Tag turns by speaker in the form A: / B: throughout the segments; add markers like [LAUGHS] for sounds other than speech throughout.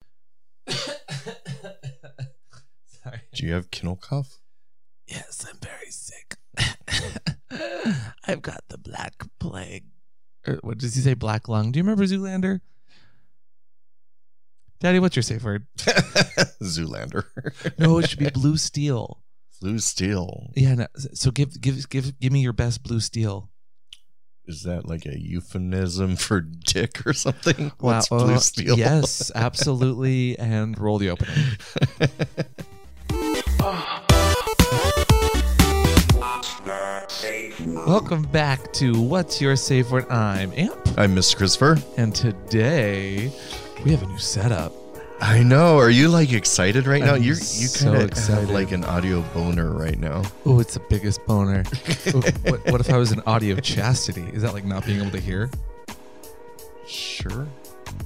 A: [COUGHS]
B: Do you have kennel cough?
A: Yes, I'm very sick. [LAUGHS] I've got the black plague. Or Er, what does he say? Black lung. Do you remember Zoolander? Daddy, what's your safe word?
B: [LAUGHS] Zoolander.
A: No, it should [LAUGHS] be blue steel.
B: [LAUGHS] Blue Steel.
A: Yeah. No, so give give give give me your best blue steel.
B: Is that like a euphemism for dick or something?
A: Wow,
B: What's
A: uh,
B: Blue Steel?
A: Yes, absolutely. and roll the opening. Welcome back to What's Your Safe Word? I'm Amp,
B: I'm Mr. Christopher.
A: and today we have a new setup.
B: I know. Are you like excited right now?
A: I'm
B: You're you
A: so
B: kind of have
A: excited.
B: like an audio boner right now.
A: Oh, it's the biggest boner. Ooh, what, what if I was in audio chastity? Is that like not being able to hear?
B: Sure.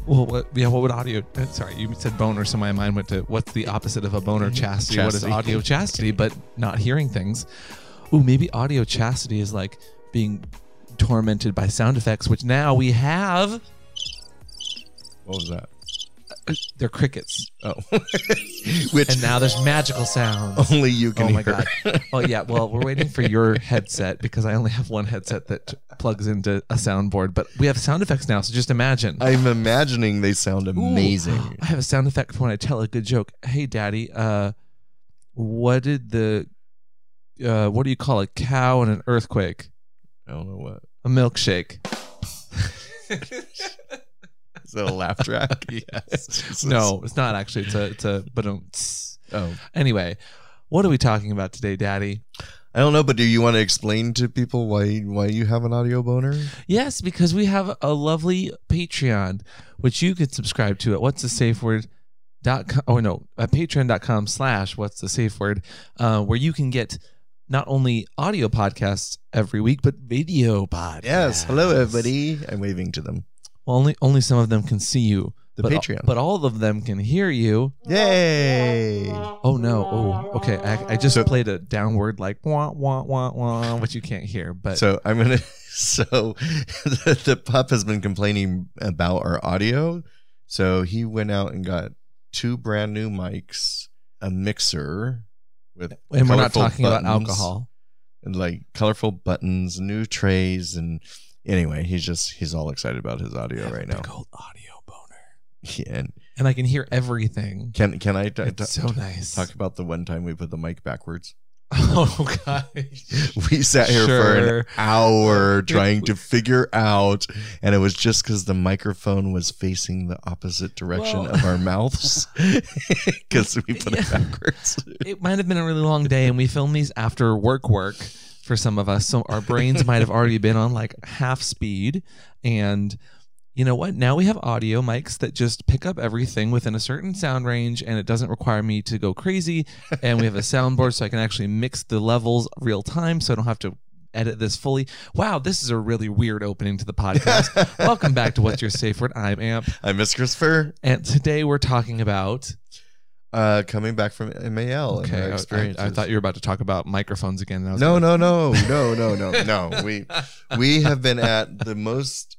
A: Well, what, yeah, what would audio? uh, Sorry, you said boner, so my mind went to what's the opposite of a boner chastity? What is
B: Mm-hmm. Chastity.
A: audio chastity, but not hearing things? Ooh, maybe audio chastity is like being tormented by sound effects, which now we have.
B: What was that?
A: They're crickets,
B: Oh. [LAUGHS] Which
A: and now there's magical sounds.
B: only you can
A: Oh my
B: hear.
A: god! Oh yeah. Well, we're waiting for your headset because I only have one headset that plugs into a soundboard. But we have sound effects now, so just imagine.
B: [LAUGHS] I'm imagining they sound
A: Ooh,
B: amazing.
A: [LAUGHS] I have a sound effect for when I tell a good joke. Hey, Daddy, uh, what did the uh, what do you call a cow in an earthquake?
B: I don't know what.
A: A milkshake.
B: Is that a laugh
A: [LAUGHS]
B: track? [LAUGHS] Jesus.
A: no, it's not actually. It's a it's a but um. tss.
B: Oh.
A: Anyway, what are we talking about today, Daddy?
B: I don't know, but do you want to explain to people why why you have an audio boner?
A: Yes, because we have a lovely Patreon, which you could subscribe to at what's the safe word dot com oh no at patreon.com slash what's the safe word uh, where you can get not only audio podcasts every week but video podcasts
B: Yes. Hello, everybody. I'm waving to them.
A: well, only only some of them can see you
B: The
A: but,
B: Patreon.
A: but all of them can hear you
B: Yay!
A: oh no oh okay I, I just played a downward like wah wah wah wah which you can't hear but
B: So I'm gonna. [LAUGHS] So the, the pup has been complaining about our audio. So he went out and got two brand new mics, a mixer with,
A: and we're not
B: colorful
A: talking about
B: buttons,
A: alcohol
B: and like colorful buttons, new trays, and anyway, he's just he's all excited about his audio right now.
A: Big old audio boner
B: Yeah, and
A: and I can hear everything. [LAUGHS]
B: can can I t-
A: It's
B: t-
A: so nice.
B: talk about the one time we put the mic backwards? [LAUGHS]
A: Oh gosh.
B: We sat here for an
A: Sure. [LAUGHS]
B: hour trying to figure out, and it was just because the microphone was facing the opposite direction
A: Well-
B: of our mouths [LAUGHS] because we put it
A: Yeah.
B: backwards.
A: It might have been a really long day, and we film these after work work for some of us, so our brains might have already been on like half speed. And you know what? Now we have audio mics that just pick up everything within a certain sound range, and it doesn't require me to go crazy. And we have a soundboard, so I can actually mix the levels real time, so I don't have to edit this fully. Wow, this is a really weird opening to the
B: [LAUGHS]
A: podcast. [LAUGHS] Welcome back to What's Your Safe Word? I'm Amp.
B: I miss Christopher
A: And today we're talking about.
B: uh, coming back from MAL and our
A: I- I-
B: experiences.
A: I, thought you were about to talk about microphones again. And I was
B: no,
A: like,
B: no, no, no, no, no, no. We we have been at the most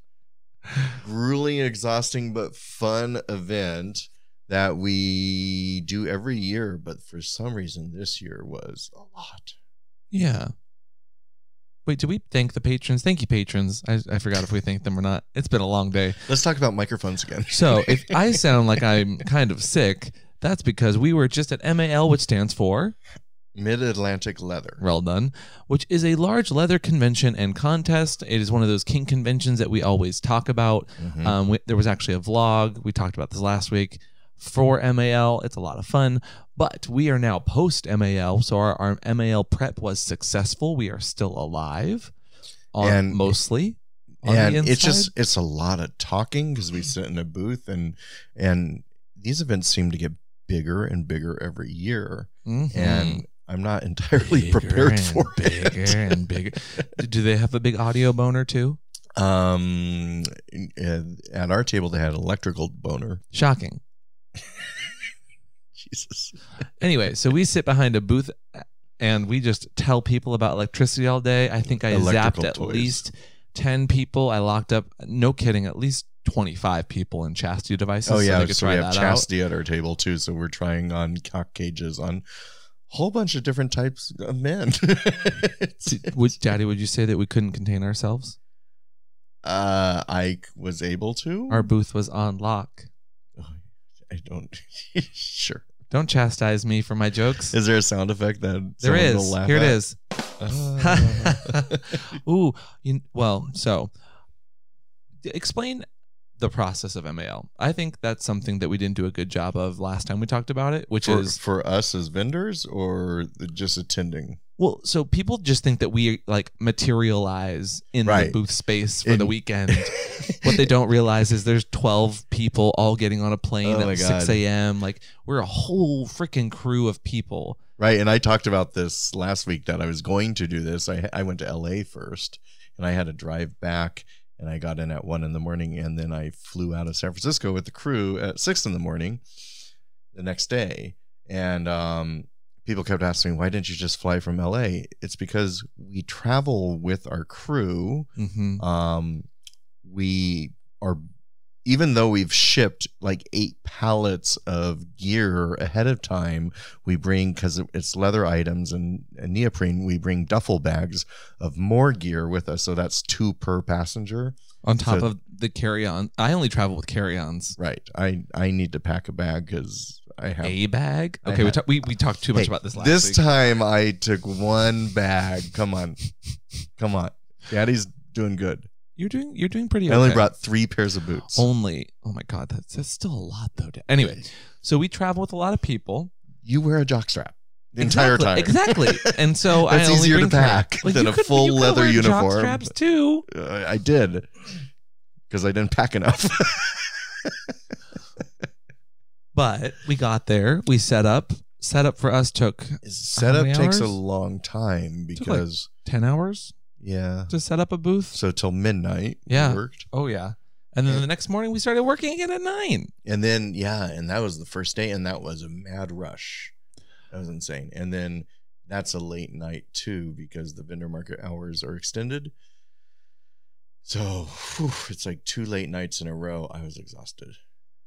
B: grueling, exhausting, but fun event that we do every year. But for some reason, this year was a lot.
A: [LAUGHS] Yeah. Wait, do we thank the patrons? Thank you, patrons. I, I forgot if we thanked them or not. It's been a long day.
B: Let's talk about microphones again.
A: So
B: [LAUGHS]
A: if I sound like I'm kind of sick, that's because we were just at MAL, which stands for
B: Mid Atlantic leather.
A: well done, which is a large leather convention and contest. It is one of those king conventions that we always talk about.
B: Mhm.
A: Um, we, there was actually a vlog. We talked about this last week for MAL. It's a lot of fun, but we are now post MAL. So our, our MAL prep was successful. We are still alive, on,
B: And-
A: mostly. On
B: and
A: the
B: it's just
A: inside?
B: it's a lot of talking because we sit in a booth and and these events seem to get bigger and bigger every year.
A: Mhm.
B: And I'm not [LAUGHS] entirely
A: Bigger
B: prepared
A: and
B: for
A: bigger
B: it.
A: and
B: [LAUGHS]
A: bigger. Do they have a big audio boner too?
B: Um, uh, at our table they had electrical boner. [LAUGHS]
A: Shocking.
B: Jesus.
A: Anyway, so we sit behind a booth and we just tell people about electricity all day. I think I
B: Electrical
A: zapped at
B: toys.
A: least 10 people. I locked up, no kidding, at least 25 people in chastity devices.
B: Oh
A: so
B: yeah,
A: they
B: so,
A: could
B: we
A: try
B: have
A: that out.
B: chastity at our table too. So we're trying on cock cages on whole bunch of different types of men. [LAUGHS]
A: Did- would, Daddy, would you say that we couldn't contain ourselves?
B: uh, I was able to. Oh,
A: Our booth was on lock.
B: I don't. [LAUGHS] sure.
A: Don't chastise me for my jokes.
B: Is there a sound effect that
A: there
B: someone
A: is.
B: will laugh
A: Here it
B: at?
A: is. [LAUGHS]
B: Ah.
A: Ooh, you, well, so d- explain the process of MAL. I think that's something that we didn't do a good job of last time we talked about it, which
B: [LAUGHS] for,
A: is
B: for us as vendors or the- just attending?
A: well, so people just think that we like materialize in the
B: Right.
A: booth space for the
B: In-
A: weekend. what they don't realize is there's 12 people all getting on a plane
B: Oh my
A: at
B: God.
A: 6 a.m. Like we're a whole freaking crew of people.
B: Right. And I talked about this last week that I was going to do this. I, I went to LA first and I had to drive back and I got in at one in the morning and then I flew out of San Francisco with the crew at six in the morning the next day. And um, people kept asking me, why didn't you just fly from LA? It's because we travel with our crew
A: hmm
B: um we are even though we've shipped like eight pallets of gear ahead of time we bring because it's leather items and, and neoprene we bring duffel bags of more gear with us so that's two per passenger
A: On top
B: So-
A: of the carry on, I only travel with carry ons.
B: right i i need to pack a bag because i have
A: A bag.
B: I
A: Okay, we,
B: have-
A: ta- we we talked too much
B: Hey,
A: about this last
B: this
A: week.
B: time i took one bag come on come on daddy's doing good
A: You're doing you're doing pretty.
B: i only
A: okay.
B: brought three pairs of boots
A: only. Oh my god, that's, that's still a lot though. to- Anyway, so we travel with a lot of people
B: you wear a jockstrap the entire time. [LAUGHS]
A: Exactly, exactly. And so I
B: That's
A: only
B: easier
A: bring
B: to
A: carry-
B: pack
A: Like,
B: than
A: you
B: a
A: could-
B: full
A: you could
B: leather
A: wear
B: uniform.
A: Jockstraps too.
B: Uh, I did because I didn't pack enough. [LAUGHS]
A: But we got there. We set up. Setup for us took
B: Setup
A: many
B: takes a
A: hours?
B: long time
A: Took like-
B: because
A: ten hours
B: yeah,
A: to set up a booth.
B: so till midnight we
A: Yeah.
B: worked,
A: Oh yeah. And then
B: Yeah.
A: the next morning we started working again at nine.
B: and then yeah, and that was the first day, and that was a mad rush. That was insane, and then that's a late night too because the vendor market hours are extended. So whew, it's like two late nights in a row. I was exhausted.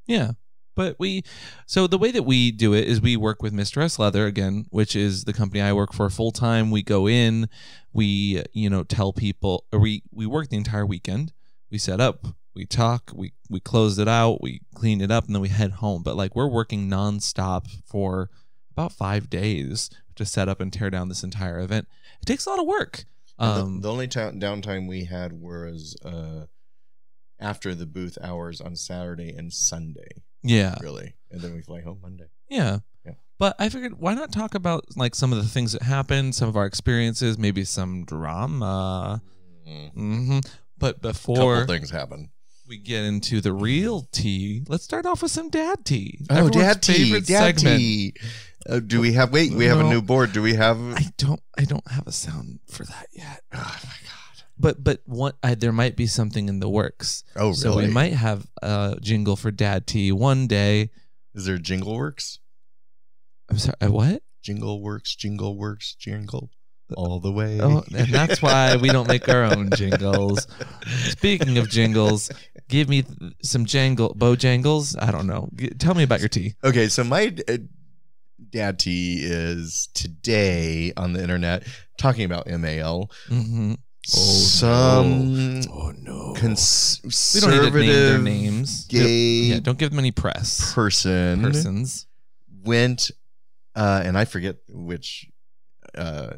A: Yeah. But we, so the way that we do it is we work with Mistress Leather again, which is the company I work for full time. We go in, we, you know, tell people, or we, we work the entire weekend. We set up, we talk, we, we closed it out, we cleaned it up, and then we head home. But like we're working nonstop for about five days to set up and tear down this entire event. It takes a lot of work.
B: The-
A: Um,
B: the, only ta- downtime we had was uh, after the booth hours on Saturday and Sunday,
A: yeah.
B: really, and then we fly home Monday.
A: Yeah.
B: Yeah.
A: But I figured why not talk about like some of the things that happened, some of our experiences, maybe some drama.
B: Mm.
A: hmm But before
B: Couple things happen.
A: we get into the real tea, let's start off with some dad tea.
B: Oh,
A: Everyone's
B: dad tea,
A: favorite
B: dad
A: segment.
B: tea. Uh, do we have? Wait, we have
A: No.
B: a new board. Do we have? Oh
A: I don't I don't have a sound for that yet.
B: my god.
A: But but what I, there might be something in the works.
B: Oh really?
A: So we might have a jingle for dad tea one day.
B: Is there Jingle Works?
A: I'm sorry, uh, what?
B: Jingle Works. Jingle Works. Jingle all the way.
A: Oh, and that's why we don't make our own
B: [LAUGHS]
A: jingles. Speaking of jingles, give me th- some jangle bojangles. I don't know. G- Tell me about your tea.
B: Okay, so my uh, dad tea is today on the internet talking about MAL.
A: hmm
B: some
A: Oh no.
B: cons-
A: we don't need to name their
B: conservative
A: names.
B: gay
A: yeah, don't give them any press.
B: person,
A: Persons.
B: went, uh, and I forget which uh,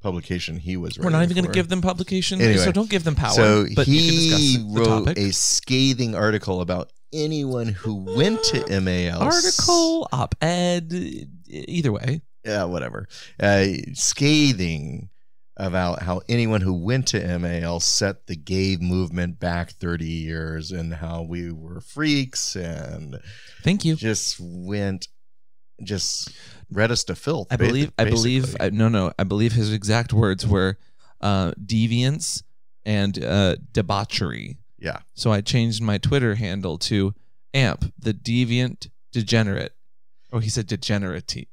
B: publication he was.
A: We're not
B: writing
A: even going to
B: for.
A: give them publication,
B: Anyway.
A: so don't give them power.
B: So
A: but
B: he
A: you can discuss the
B: wrote
A: topic.
B: a scathing article about anyone who went to MAL.
A: article, op-ed, e- either way.
B: yeah, whatever, uh, scathing about how anyone who went to MAL set the gay movement back 30 years and how we were freaks and
A: Thank you.
B: just went, just read us to filth.
A: I believe. I
B: basi-
A: believe.
B: basically.
A: I, no, no. I believe his exact words were uh, deviance and uh, debauchery.
B: yeah,
A: So I changed my Twitter handle to amp the deviant degenerate. Oh, he said degenerate.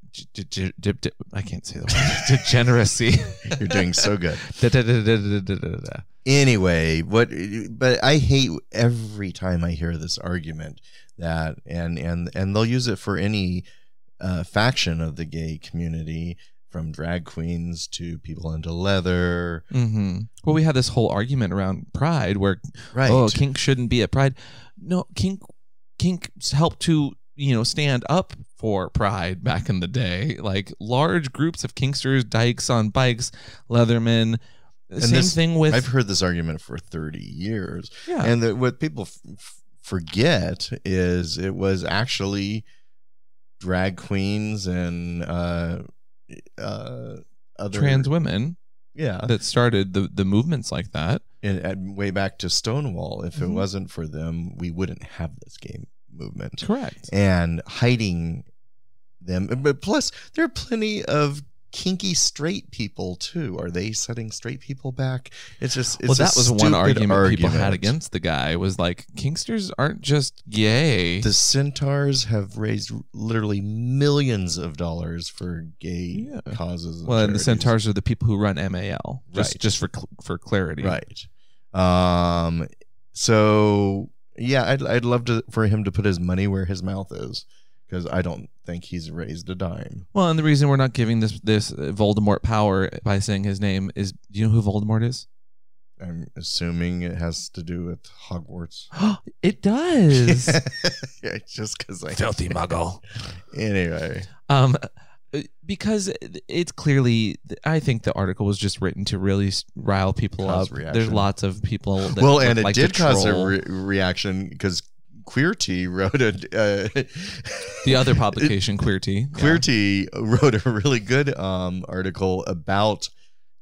A: I can't say the
B: [LAUGHS]
A: word. Degeneracy.
B: you're doing so good.
A: [LAUGHS] Da- da- da- da- da- da- da- da- da.
B: Anyway, what? But I hate every time I hear this argument that, and and and they'll use it for any uh, faction of the gay community, from drag queens to people into leather.
A: hmm Well, we had this whole argument around pride where
B: Mm-hmm. Right.
A: oh kink shouldn't be at pride. No, kink kink helped to you know stand up for pride back in the day. Like large groups of kinksters, dykes on bikes, leathermen. Same
B: this-
A: thing with
B: I've heard this argument for 30 years.
A: yeah.
B: And that what people f- f- forget is it was actually drag queens and uh, uh, other
A: trans women
B: Yeah.
A: that started the, the movements like that.
B: And, and way back to Stonewall. If it
A: Mhm.
B: wasn't for them, we wouldn't have this gay movement.
A: Correct.
B: and hiding them. But plus, there are plenty of kinky straight people too. Are they setting straight people back? It's just it's
A: well,
B: a
A: that was one
B: stupid
A: argument, people had
B: argument.
A: against the guy was like, Kingsters aren't just gay.
B: The centaurs have raised literally millions of dollars for gay
A: Yeah.
B: causes.
A: well, and the
B: charities.
A: centaurs are the people who run MAL. Just,
B: Right.
A: just for cl- for clarity.
B: right? Um, so yeah, I'd I'd love to for him to put his money where his mouth is because I don't think he's raised a dime.
A: Well, and the reason we're not giving this this uh, Voldemort power by saying his name is, do you know who Voldemort is?
B: I'm assuming it has to do with Hogwarts.
A: [GASPS] it [LAUGHS] does.
B: [LAUGHS] yeah, just because I
A: Filthy muggle.
B: [LAUGHS] Anyway,
A: Um, because it's clearly, I think the article was just written to really s- rile people
B: Cause
A: up. There's
B: reaction.
A: lots of people. That
B: well,
A: would
B: and it
A: like to
B: did cause a
A: troll.
B: re- reaction because Queerty [LAUGHS] wrote a uh,
A: the other publication, Queerty. yeah.
B: Queerty wrote a really good um, article about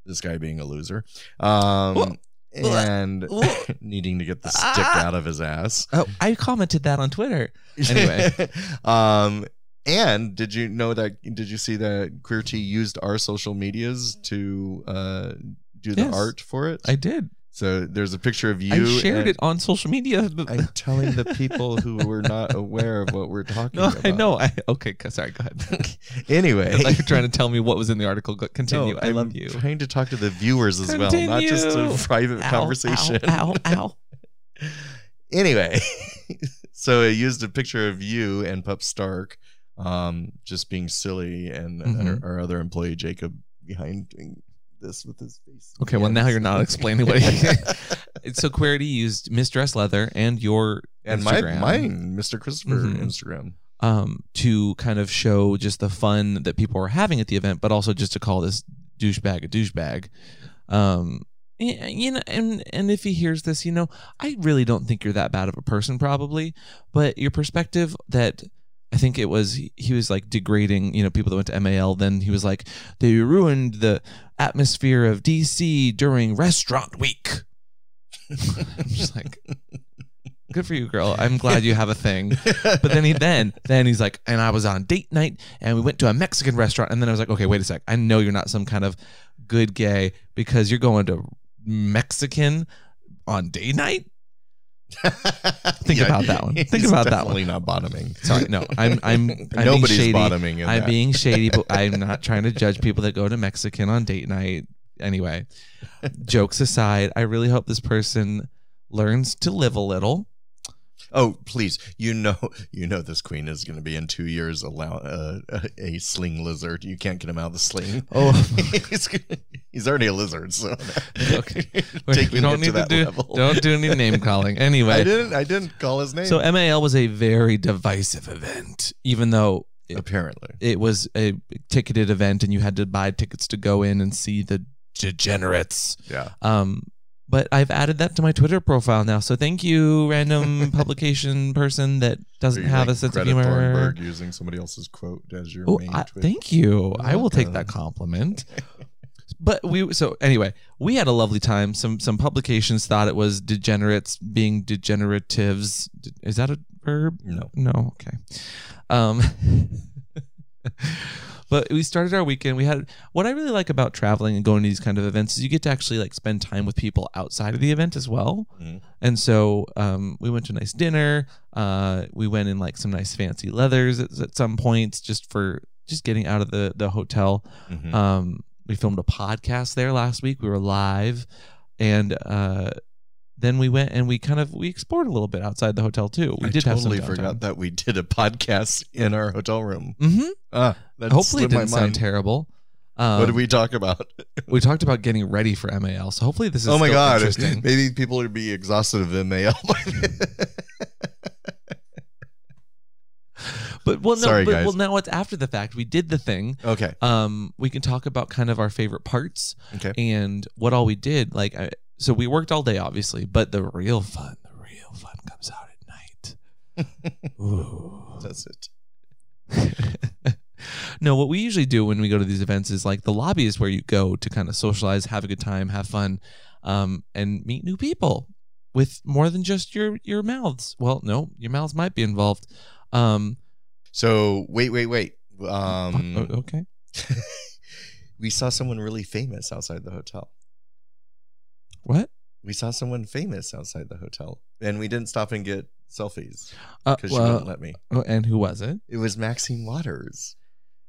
B: this guy being a loser um,
A: Well, well, uh,
B: and
A: well,
B: [LAUGHS] needing to get the stick
A: ah.
B: out of
A: [LAUGHS]
B: his ass.
A: Oh, I commented that on Twitter. Anyway.
B: um, and did you know that? Did you see that Queerty used our social medias to uh, do the
A: Yes.
B: art for it?
A: I did.
B: So there's a picture of you.
A: I shared
B: and-
A: it on social [LAUGHS] media.
B: I'm telling the people who were not aware of what we're
A: [LAUGHS]
B: talking
A: no,
B: about. [LAUGHS]
A: I know. I, okay, c- sorry. Go ahead.
B: Anyway,
A: [LAUGHS]
B: [LAUGHS]
A: like you're trying to tell me what was in the article. Go-
B: No,
A: Continue. I
B: I'm
A: love you.
B: Trying to talk to the viewers as well, not just
A: Continue.
B: a private
A: Ow,
B: conversation.
A: Ow, ow,
B: [LAUGHS]
A: ow.
B: Anyway, [LAUGHS] so I used a picture of you and Pup Stark, um, just being silly, and
A: Mhm.
B: our, our other employee Jacob behind doing this with his face.
A: Okay, well, now you're not explaining what he- [LAUGHS] so Querity used Mistress Leather and your
B: [LAUGHS] and my
A: Instagram,
B: mine, Mr. Christopher
A: Mhm.
B: Instagram.
A: um to kind of show just the fun that people were having at the event, but also just to call this douchebag a douchebag. Um y- you know and and if he hears this, you know, I really don't think you're that bad of a person probably, but your perspective that I think it was he was like degrading, you know, people that went to MAL then he was like they ruined the atmosphere of DC during restaurant week. I'm just
B: [LAUGHS]
A: like good for you girl. I'm glad you have a thing. But then he then then he's like, and I was on date night and we went to a Mexican restaurant and then I was like, okay, wait a sec. I know you're not some kind of good gay because you're going to Mexican on date night. Think about that one.
B: he's
A: Think about that one.
B: definitely not bottoming.
A: Sorry, no, I'm I'm,
B: [LAUGHS]
A: I'm being
B: Nobody's
A: shady.
B: bottoming. In
A: I'm
B: that.
A: being shady,
B: [LAUGHS]
A: but I'm not trying to judge people that go to Mexican on date night. Anyway, jokes aside, I really hope this person learns to live a little.
B: Oh, please! You know, [LAUGHS] you know, this queen is going to be in two years allow uh, [LAUGHS] a sling lizard. You can't get him out of the sling.
A: Oh,
B: [LAUGHS] he's, he's already a lizard, so
A: [LAUGHS]
B: [LAUGHS]
A: Okay.
B: taking
A: we don't
B: it
A: need
B: to
A: to,
B: that
A: do
B: level.
A: don't do any name
B: [LAUGHS]
A: calling. Anyway,
B: I didn't. I didn't call his name.
A: So MAL was a very divisive event, even though it,
B: apparently,
A: it was a ticketed event and you had to buy tickets to go in and see the degenerates.
B: yeah.
A: Um, but I've added that to my Twitter profile now. So thank you,
B: [LAUGHS]
A: random publication person that doesn't
B: Are you
A: have a
B: like
A: sense
B: Greta
A: of humor.
B: Thornburg using somebody else's quote as your
A: Oh,
B: main.
A: I,
B: tweet?
A: thank you.
B: You're
A: I will take
B: welcome.
A: that compliment. But we so anyway, we had a lovely time. Some some publications thought it was degenerates being degeneratives. Is that a verb?
B: No.
A: No, okay. Um [LAUGHS] But we started our weekend. We had what I really like about traveling and going to these kind of events is you get to actually like spend time with people outside of the event as well.
B: Mhm.
A: And so um, we went to a nice dinner. Uh, we went in like some nice fancy leathers at, at some points just for just getting out of the the hotel.
B: Mhm.
A: Um, we filmed a podcast there last week. We were live, and uh, then we went and we kind of we explored a little bit outside the hotel too. We
B: I
A: did
B: totally
A: have some
B: forgot that we did a podcast in our hotel room.
A: hmm
B: Ah, that
A: Hopefully, it
B: slipped my
A: didn't sound
B: mind.
A: terrible. Um,
B: what did we talk about?
A: we talked about getting ready for MAL. So hopefully this is
B: Oh my
A: still
B: god!
A: interesting.
B: [LAUGHS] Maybe people would be exhausted of [LAUGHS] MAL. by then.
A: But well, no,
B: Sorry,
A: but,
B: guys.
A: well now it's after the fact. We did the thing.
B: okay.
A: Um, we can talk about kind of our favorite parts
B: Okay.
A: and what all we did. Like, I, so we worked all day, obviously, but the real fun, the real fun comes out at night. Ooh.
B: [LAUGHS] That's it.
A: [LAUGHS] no, what we usually do when we go to these events is like the lobby is where you go to kind of socialize, have a good time, have fun, um, and meet new people with more than just your your mouths. Well, no, your mouths might be involved. Um,
B: So wait, wait, wait. Um, [LAUGHS]
A: o- okay.
B: we saw someone really famous outside the hotel.
A: What?
B: We saw someone famous outside the hotel, and we didn't stop and get selfies
A: Uh,
B: because she
A: well,
B: wouldn't let me.
A: oh, and who was it?
B: It was Maxine Waters,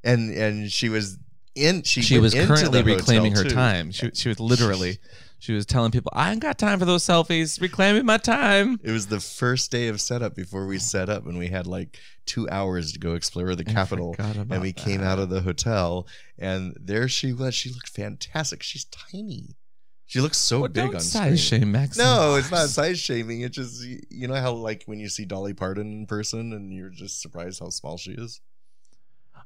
B: and and she was in. She,
A: She,
B: went
A: was
B: into the
A: currently
B: hotel,
A: reclaiming her
B: too.
A: time. She she was literally she was telling people, "I ain't got time for those selfies. Reclaiming my time."
B: It was the first day of setup before we set up, and we had like two hours to go explore the capital. And we came out of the hotel, and there she was. She looked fantastic. She's tiny. She looks so
A: well,
B: big
A: don't
B: on
A: size
B: screen.
A: shame, Max.
B: No,
A: [LAUGHS]
B: it's not
A: Mars.
B: size shaming. It's just y- you know how like when you see Dolly Parton in person and you're just surprised how small she is.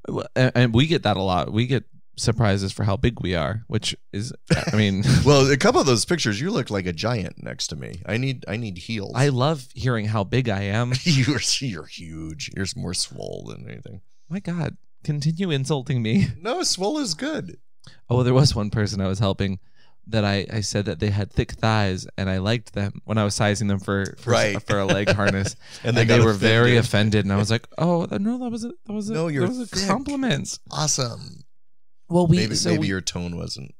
A: Well, and, and we get that a lot. We get surprises for how big we are, which is,
B: [LAUGHS]
A: I mean, [LAUGHS]
B: Well, a couple of those pictures, you look like a giant next to me. I need I need heels. [LAUGHS]
A: I love hearing how big I am. Oh
B: you're you're huge. You're more swole than anything.
A: My God, continue insulting me.
B: No, swole is good.
A: Oh, there was one person I was helping that I, I said that they had thick thighs and I liked them when I was sizing them for for,
B: Right.
A: for a leg harness.
B: [LAUGHS] And
A: and they,
B: got
A: were very
B: offended.
A: offended and I was like, "Oh, no, that was a that was a,
B: No, you're
A: that was a
B: thick.
A: compliment."
B: awesome.
A: Well, we
B: maybe
A: so
B: maybe
A: we,
B: your tone wasn't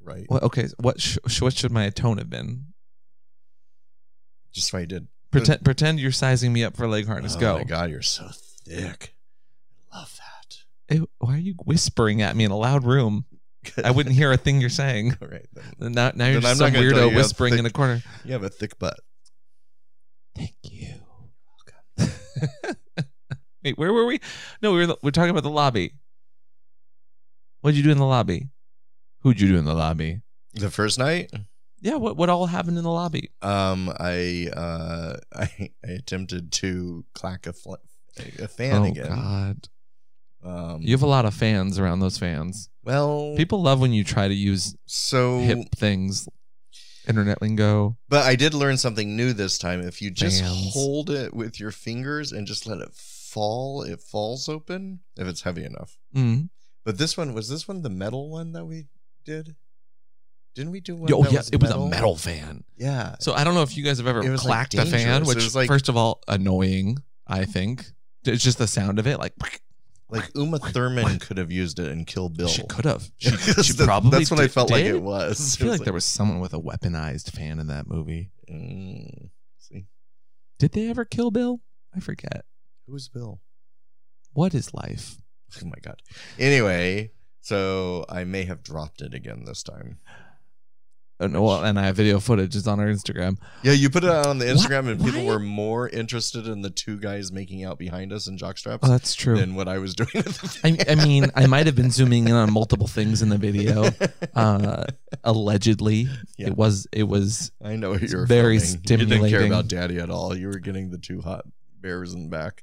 B: right.
A: well, okay, so what sh- sh- what should my tone have been?
B: Just what I did.
A: Pretend pretend you're sizing me up for leg harness.
B: oh
A: go.
B: my god, you're so thick. Love that.
A: Ew, why are you whispering at me in a loud room?
B: [LAUGHS]
A: I wouldn't hear a thing you're saying.
B: All right, then.
A: And Now, now you're
B: Then
A: just
B: I'm not
A: some
B: gonna tell you
A: weirdo
B: how
A: whispering
B: thick-
A: in a corner.
B: You have a thick butt.
A: Thank you. [LAUGHS] Wait, where were we? No, we were, in the- we are talking about the lobby. What'd you do in the lobby? Who'd you do in the lobby?
B: The first night,
A: Yeah, what, what all happened in the lobby?
B: Um, I uh, [LAUGHS] I, I attempted to clack a, fl- a fan
A: oh,
B: again.
A: God.
B: Um,
A: You have a lot of fans around those fans.
B: well,
A: People love when you try to use
B: So,
A: hip things, internet lingo.
B: but I did learn something new this time. If you just
A: Fans.
B: hold it with your fingers and just let it fall, it falls open if it's heavy enough.
A: Mm.
B: But this one was this one the metal one that we did. Didn't we do one?
A: Oh,
B: that
A: yes, it was a metal fan.
B: Yeah,
A: So I don't know if you guys have ever
B: It was, like,
A: clacked a fan,
B: dangerous. It
A: which
B: was, like-
A: first of all annoying. I think it's just the sound of it. Like
B: like Uma Thurman could have used it and Kill Bill.
A: she
B: [LAUGHS]
A: could have. She,
B: That's
A: she
B: the-
A: probably.
B: that's what I
A: did-
B: felt like
A: did.
B: it was.
A: I feel like there was someone with a weaponized fan in that movie.
B: Mm, see,
A: Did they ever kill Bill? I forget.
B: who's Bill?
A: What is life?
B: Oh my god. Anyway, so I may have dropped it again this time.
A: Oh, no, well, and I have video footage. It's on our Instagram.
B: Yeah, you put it out on the
A: What?
B: Instagram, and people
A: Why?
B: were more interested in the two guys making out behind us in jockstraps
A: Oh, that's true.
B: than what I was [LAUGHS] doing. At the
A: I, I mean, I might have been zooming in on multiple things in the [LAUGHS] video. Uh, allegedly,
B: [LAUGHS] Yeah.
A: it was. It was.
B: [LAUGHS] I know what
A: it's
B: you're
A: very
B: You didn't care
A: stimulating.
B: about daddy at all. You were getting the two hot bears in the back.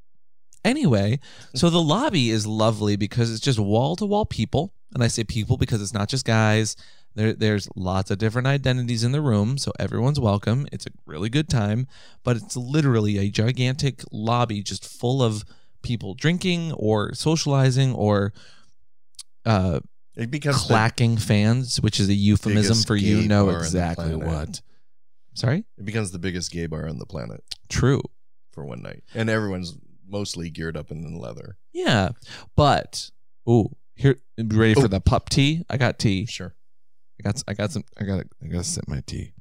B: [LAUGHS]
A: Anyway, so the lobby is lovely because it's just wall to wall people, and I say people because it's not just guys. There, there's lots of different identities in the room, so everyone's welcome. It's a really good time, but it's literally a gigantic lobby just full of people drinking or socializing or uh,
B: It becomes the-
A: clacking fans, which is a euphemism
B: Biggest
A: for you
B: gay
A: know
B: bar on the
A: exactly
B: planet.
A: what. Sorry,
B: it becomes the biggest gay bar on the planet
A: true.
B: for one night, and everyone's mostly geared up in leather.
A: Yeah, but ooh, here you ready for
B: Oh.
A: the pup tea? I got tea.
B: Sure.
A: I got I got some I got I got to sip my tea.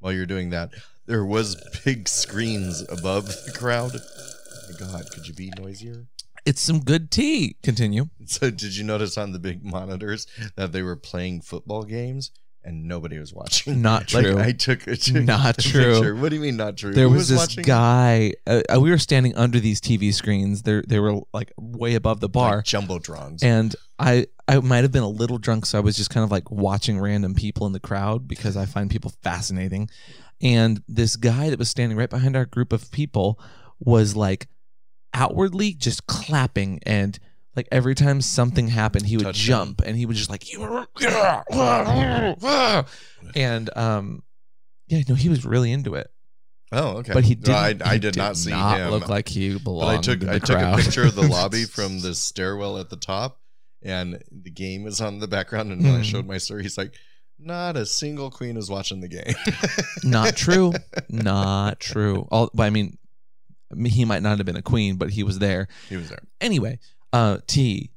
B: while you're doing that, there was big screens above the crowd. Oh my God, could you be noisier? [LAUGHS]
A: It's some good tea. Continue.
B: So, did you notice on the big monitors that they were playing football games and nobody was watching.
A: Not true.
B: [LAUGHS] Like I took, I took
A: Not [LAUGHS]
B: a
A: true.
B: picture. What do you mean not true?
A: there
B: Who
A: was, this
B: watching?
A: guy. Uh, uh, we were standing under these TV screens. They they were like way above the bar,
B: like jumbotrons.
A: and I I might have been a little drunk, so I was just kind of like watching random people in the crowd because I find people fascinating. And this guy that was standing right behind our group of people was like outwardly just clapping and like every time something happened he would
B: Touchdown.
A: jump and he would just like and um yeah no he was really into it
B: [LAUGHS] oh, okay.
A: but he
B: No,
A: did
B: I, I did, not see him.
A: look like he belonged
B: but I took
A: in the
B: I took
A: crowd.
B: a picture
A: [LAUGHS]
B: of the lobby from the stairwell at the top, and the game is on the background. And when I
A: Hmm.
B: showed my story, he's like, "Not a single queen is watching the game."
A: [LAUGHS] not true not true [LAUGHS] all but i mean I mean, he might not have been a queen but he was there
B: [LAUGHS] he was there.
A: anyway uh tea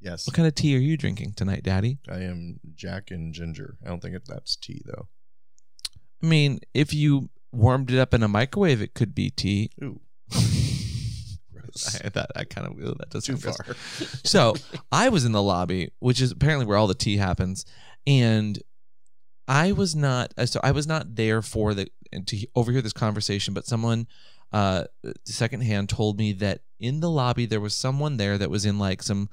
B: Yes,
A: what kind of tea are you drinking tonight daddy
B: I am Jack and Ginger. I don't think it, that's tea though.
A: i mean if you warmed it up in a microwave it could be tea [LAUGHS]
B: Ooh,
A: I,
B: [LAUGHS] gross.
A: that i kind of that does
B: Too
A: sound gross.
B: far. [LAUGHS]
A: so I was in the lobby, which is apparently where all the tea happens, and I was not. uh, So I was not there for the to overhear this conversation, but someone uh secondhand told me that in the lobby there was someone there that was in like some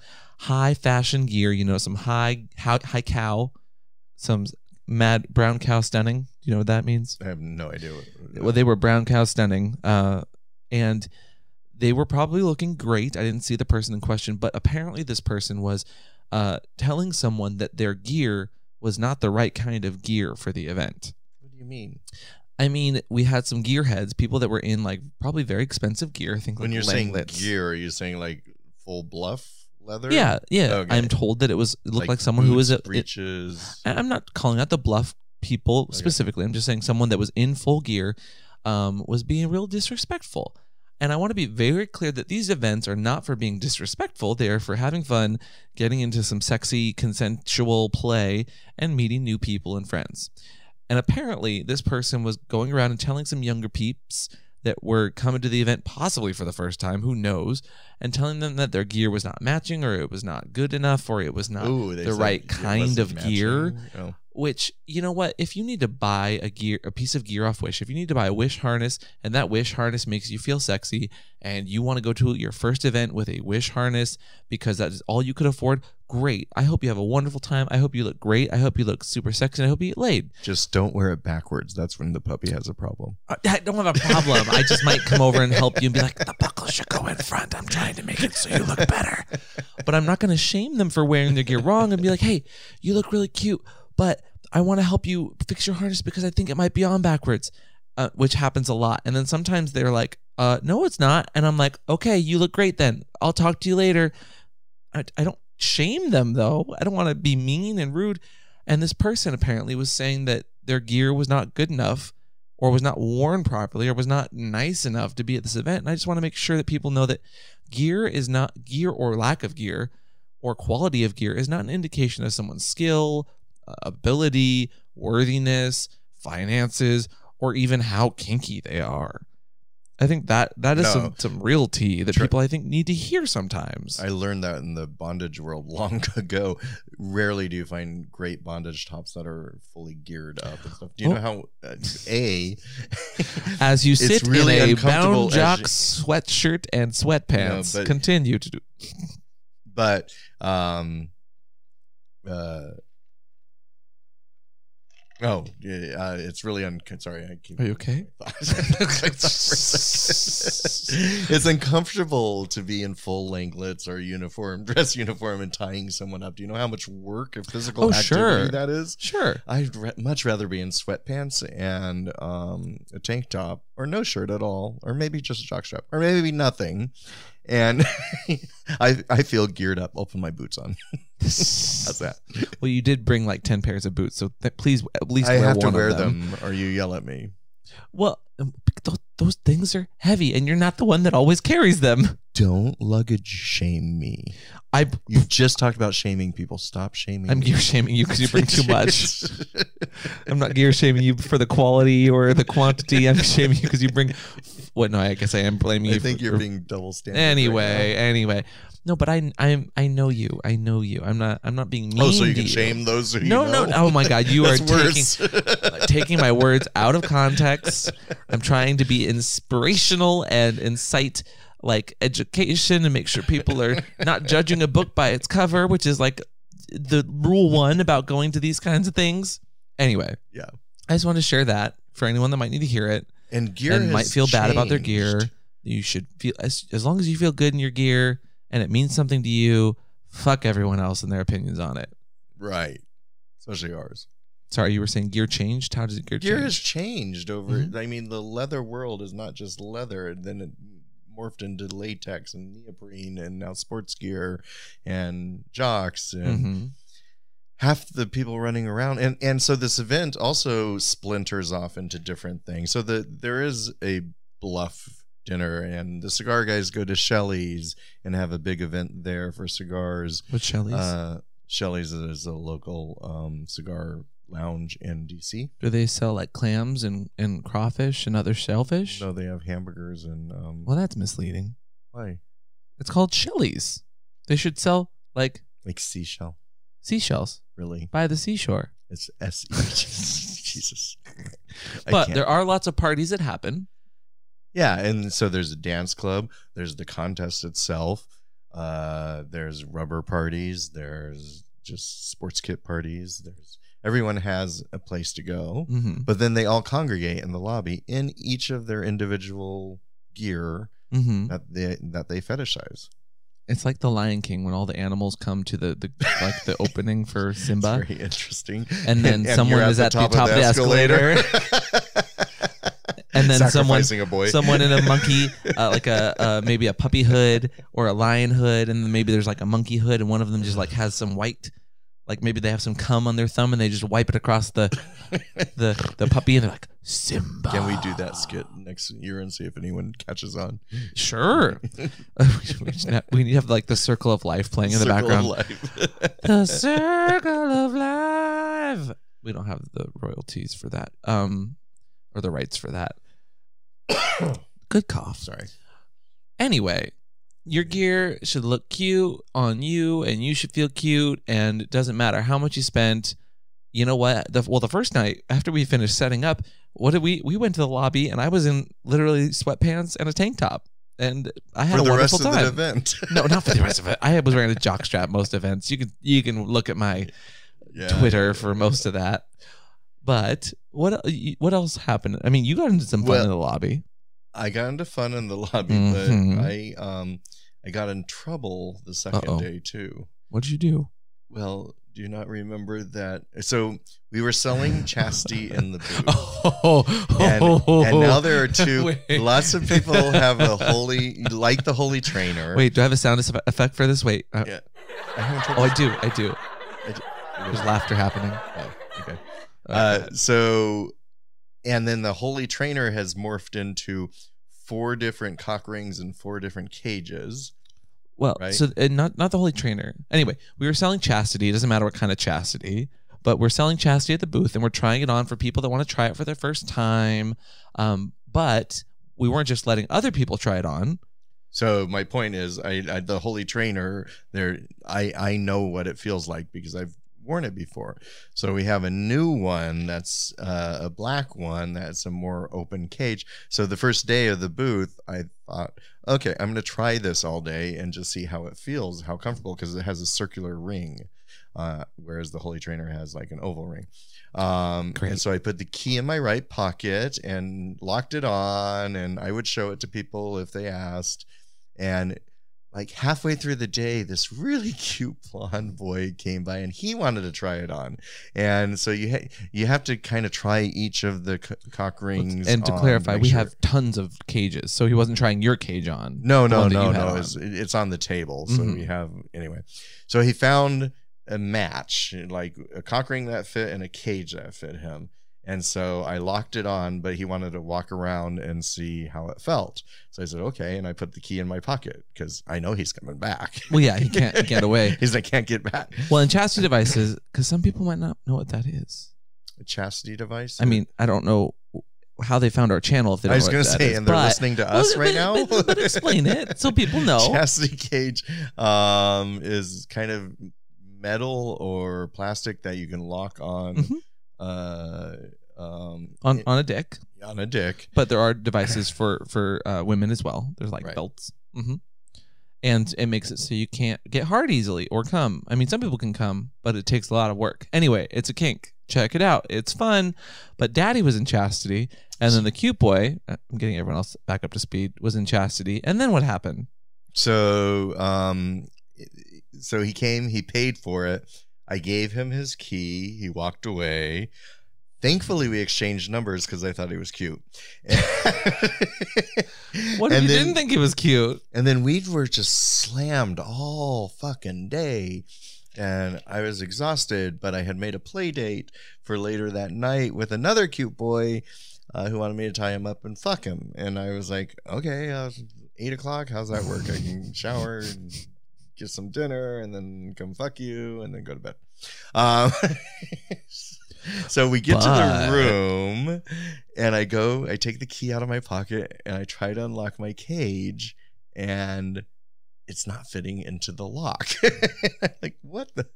A: high fashion gear, you know, some high how, high cow, some mad brown cow stunning. Do you know what that means?
B: I have no idea. What,
A: Well, they were brown cow stunning, uh, and they were probably looking great. I didn't see the person in question, but apparently this person was uh, telling someone that their gear was not the right kind of gear for the event.
B: what do you mean?
A: I mean, we had some gearheads, people that were in like probably very expensive gear. I think
B: When
A: like
B: you're
A: Langlets.
B: saying gear, are you saying like full bluff leather?
A: yeah, yeah.
B: Okay.
A: I'm told that it was it looked like, someone who
B: boots,
A: was a. it-
B: breeches.
A: I- I'm not calling out the bluff people
B: Okay.
A: specifically. I'm just saying someone that was in full gear um, was being real disrespectful. And I want to be very clear that these events are not for being disrespectful. They are for having fun, getting into some sexy, consensual play, and meeting new people and friends. And apparently, this person was going around and telling some younger peeps that were coming to the event, possibly for the first time, who knows, and telling them that their gear was not matching, or it was not good enough, or it was [LAUGHS] not
B: Ooh, they
A: the
B: said
A: right
B: it
A: kind
B: wasn't
A: of gear.
B: matching. Oh.
A: which you know what if you need to buy a gear a piece of gear off wish if you need to buy a wish harness and that wish harness makes you feel sexy and you want to go to your first event with a wish harness because that is all you could afford great i hope you have a wonderful time i hope you look great i hope you look super sexy and i hope you get laid
B: Just don't wear it backwards. That's when the puppy has a problem.
A: I- i don't have a problem i just might come over and help you and be like the buckle should go in front i'm trying to make it so you look better but i'm not going to shame them for wearing their gear wrong and be like, hey, you look really cute, but I want to help you fix your harness because I think it might be on backwards, uh, which happens a lot. And then sometimes they're like, uh, no, it's not. And I'm like, okay, you look great then. I'll talk to you later. I, I don't shame them though. I don't want to be mean and rude. And this person apparently was saying that their gear was not good enough or was not worn properly or was not nice enough to be at this event. And I just want to make sure that people know that gear is not gear or lack of gear or quality of gear is not an indication of someone's skill, uh, ability, worthiness, finances, or even how kinky they are. I think that that is
B: No.
A: some, some real tea that
B: Tr-
A: people I think need to hear sometimes.
B: I learned that in the bondage world [LAUGHS] long ago. Rarely do you find great bondage tops that are fully geared up and stuff. Do you know how uh, a
A: As you
B: It's
A: sit
B: really
A: in a
B: uncomfortable
A: bound
B: as
A: jock
B: you-
A: sweatshirt and sweatpants,
B: No, but-
A: continue to do.
B: but um uh oh yeah, uh, it's really un sorry I keep
A: Are you okay?
B: I thought for a second. [LAUGHS] it's uncomfortable to be in full singlets or uniform [LAUGHS] dress uniform and tying someone up do you know how much work or physical
A: Oh,
B: activity
A: sure.
B: that is
A: [LAUGHS] Sure.
B: I'd ra- much rather be in sweatpants and um, a tank top, or no shirt at all, or maybe just a jockstrap, or maybe nothing. And [LAUGHS] I I feel geared up. I'll put my boots on. How's that?
A: Well, you did bring like 10 pairs of boots, so th- please at least
B: I
A: wear
B: have to
A: one
B: wear
A: of them.
B: them. or you yell at me.
A: Well, um, th- those things are heavy, and you're not the one that always carries them.
B: Don't luggage shame me.
A: I
B: You've just talked about shaming people. Stop shaming.
A: I'm
B: me.
A: gear shaming you because you bring
B: [LAUGHS]
A: too much. I'm not gear shaming you for the quality or the quantity.
B: [LAUGHS]
A: I'm shaming you because you bring. What? No, I guess I am blaming
B: I
A: you.
B: think
A: for-
B: you're being double standard. right
A: [LAUGHS] Anyway, anyway, no, but I, I, I know you. I know you. I'm not. I'm not being mean.
B: now. oh, so you
A: to
B: can shame those who [LAUGHS] you
A: No, no.
B: know?
A: Oh my God,
B: [LAUGHS]
A: you are
B: That's
A: taking
B: worse. [LAUGHS]
A: [LAUGHS] taking my words out of context. I'm trying to be inspirational and incite like education and make sure people are not judging a book by its cover, which is like the rule one about going to these kinds of things. Anyway,
B: Yeah.
A: I just want to share that for anyone that might need to hear it
B: and gear
A: and
B: has
A: might feel bad about their gear.
B: changed.
A: You should feel as, as long as you feel good in your gear and it means something to you. Fuck everyone else and their opinions on it.
B: Right. Especially ours.
A: Sorry, you were saying gear changed. How does it gear,
B: Gear
A: change?
B: has changed over. I mean, the leather world is not just leather. And then it morphed into latex and neoprene and now sports gear and jocks and
A: Mhm.
B: half the people running around and and so this event also splinters off into different things so the there is a bluff dinner and the cigar guys go to Shelley's and have a big event there for cigars
A: With Shelley's.
B: uh Shelley's is a local um cigar lounge in DC
A: Do they sell like clams and, and crawfish and other shellfish?
B: no they have hamburgers and um
A: Well, that's misleading.
B: why?
A: It's called Shelley's. They should sell like
B: like seashell
A: seashells
B: really
A: by the seashore.
B: it's S
A: [LAUGHS]
B: E Jesus I
A: But
B: can't.
A: there are lots of parties that happen.
B: Yeah, and so there's a dance club, there's the contest itself, uh, there's rubber parties, there's just sports kit parties, there's everyone has a place to go.
A: Mm-hmm.
B: But then they all congregate in the lobby in each of their individual gear
A: Mm-hmm.
B: that they that they fetishize.
A: It's like the Lion King when all the animals come to the, the like [LAUGHS] the opening for
B: It's
A: Simba.
B: very interesting.
A: And then someone
B: you're
A: is at the top of the [LAUGHS] And then someone-
B: Sacrificing a boy.
A: Someone
B: [LAUGHS]
A: in a monkey, uh, like a uh, maybe a puppy hood or a lion hood, and then maybe there's like a monkey hood, and one of them just like has some white, like maybe they have some cum on their thumb, and they just wipe it across the the the puppy, and they're like Simba.
B: Can we do that skit next year and see if anyone catches on? [LAUGHS]
A: Sure. [LAUGHS] we, should have, we need to have like the circle of life playing in the
B: Circle
A: background. [LAUGHS]
B: [LAUGHS] of life.
A: the circle of life. We don't have the royalties for that, um, or the rights for that. [COUGHS] Good cough.
B: Sorry.
A: Anyway, your gear should look cute on you, and you should feel cute. And it doesn't matter how much you spent. You know what? The, well, the first night after we finished setting up, what did we? We went to the lobby, and I was in literally sweatpants and a tank top, and I had
B: for
A: a
B: the rest
A: wonderful
B: of
A: time.
B: the event.
A: [LAUGHS] no, not for the rest of it. I was wearing a jockstrap most events. You can you can look at my
B: [LAUGHS] Yeah.
A: Twitter for most of that. But what what else happened? I mean, you got into some fun
B: Well-
A: in the lobby.
B: I got into fun in the lobby,
A: Mhm.
B: but I um I got in trouble the 2nd
A: Uh-oh.
B: day too.
A: What did you do?
B: Well, do you not remember that? So we were selling chastity in the booth.
A: [LAUGHS] Oh,
B: And, and now there are two.
A: [LAUGHS] Wait.
B: Lots of people have a holy, like the holy trainer.
A: [LAUGHS] Wait, do I have a sound eff- effect for this? Wait. Uh,
B: Yeah. I haven't told
A: Oh, I do. I do.
B: I
A: There's
B: just-
A: laughter happening.
B: oh, okay.
A: Uh,
B: Uh, so, and then the holy trainer has morphed into four different cock rings and four different cages.
A: well,
B: right.
A: so uh, not not the holy trainer. Anyway, we were selling chastity. It doesn't matter what kind of chastity, but we're selling chastity at the booth, and we're trying it on for people that want to try it for their first time. Um, but we weren't just letting other people try it on.
B: So my point is, I, I the holy trainer there, I I know what it feels like because I've worn it before. So we have a new one that's uh, a black one that's a more open cage. So the first day of the booth, I thought, okay, I'm gonna try this all day and just see how it feels, how comfortable, because it has a circular ring, uh, whereas the holy trainer has like an oval ring. Um,
A: Great.
B: And so I put the key in my right pocket and locked it on, and I would show it to people if they asked. And like halfway through the day, this really [LAUGHS] cute blonde boy came by, and he wanted to try it on. And so you ha- you have to kind of try each of the c- cock rings.
A: and to
B: on,
A: clarify,
B: make
A: we
B: sure-
A: have tons of cages, so he wasn't trying your cage on.
B: no,
A: the
B: no,
A: one that
B: no,
A: you had
B: no.
A: on.
B: It's, it- it's on the table. So
A: Mhm.
B: we have anyway. So he found a match, like a cock ring that fit and a cage that fit him. And so I locked it on, but he wanted to walk around and see how it felt. So I said, okay. And I put the key in my pocket because I know he's coming back.
A: Well, yeah, he can't get away.
B: [LAUGHS] he's like, can't get back.
A: Well, in chastity devices, because some people might not know what that is.
B: A chastity device.
A: I mean, I don't know how they found our channel if they
B: I
A: don't
B: was
A: know
B: going
A: what
B: to
A: that
B: say,
A: is,
B: and they're
A: but-
B: listening to
A: Well,
B: us
A: but-
B: right now.
A: but- But, but explain it so people
B: [LAUGHS]
A: know.
B: Chastity cage um, is kind of metal or plastic that you can lock on
A: Mhm.
B: uh, um,
A: On, on a dick,
B: on a dick.
A: but there are devices for for uh, women as well. There's like
B: Right.
A: belts, hmm and it makes it so you can't get hard easily or come. I mean, some people can come, but it takes a lot of work. Anyway, it's a kink. Check it out. It's fun. But Daddy was in chastity, and then the cute boy. uh, I'm getting everyone else back up to speed. Was in chastity, and then what happened?
B: So um so he came, he paid for it. I gave him his key. He walked away. Thankfully, we exchanged numbers because I thought he was cute. [LAUGHS]
A: What if
B: and
A: you
B: then,
A: didn't think he was cute?
B: And then we were just slammed all fucking day. And I was exhausted, but I had made a play date for later that night with another cute boy uh, who wanted me to tie him up and fuck him. And I was like, okay, uh, eight o'clock, how's that work? I can shower and get some dinner and then come fuck you and then go to bed. Um, [LAUGHS] so we get
A: But-
B: to the room and I go, I take the key out of my pocket and I try to unlock my cage and it's not fitting into the lock. [LAUGHS] like what the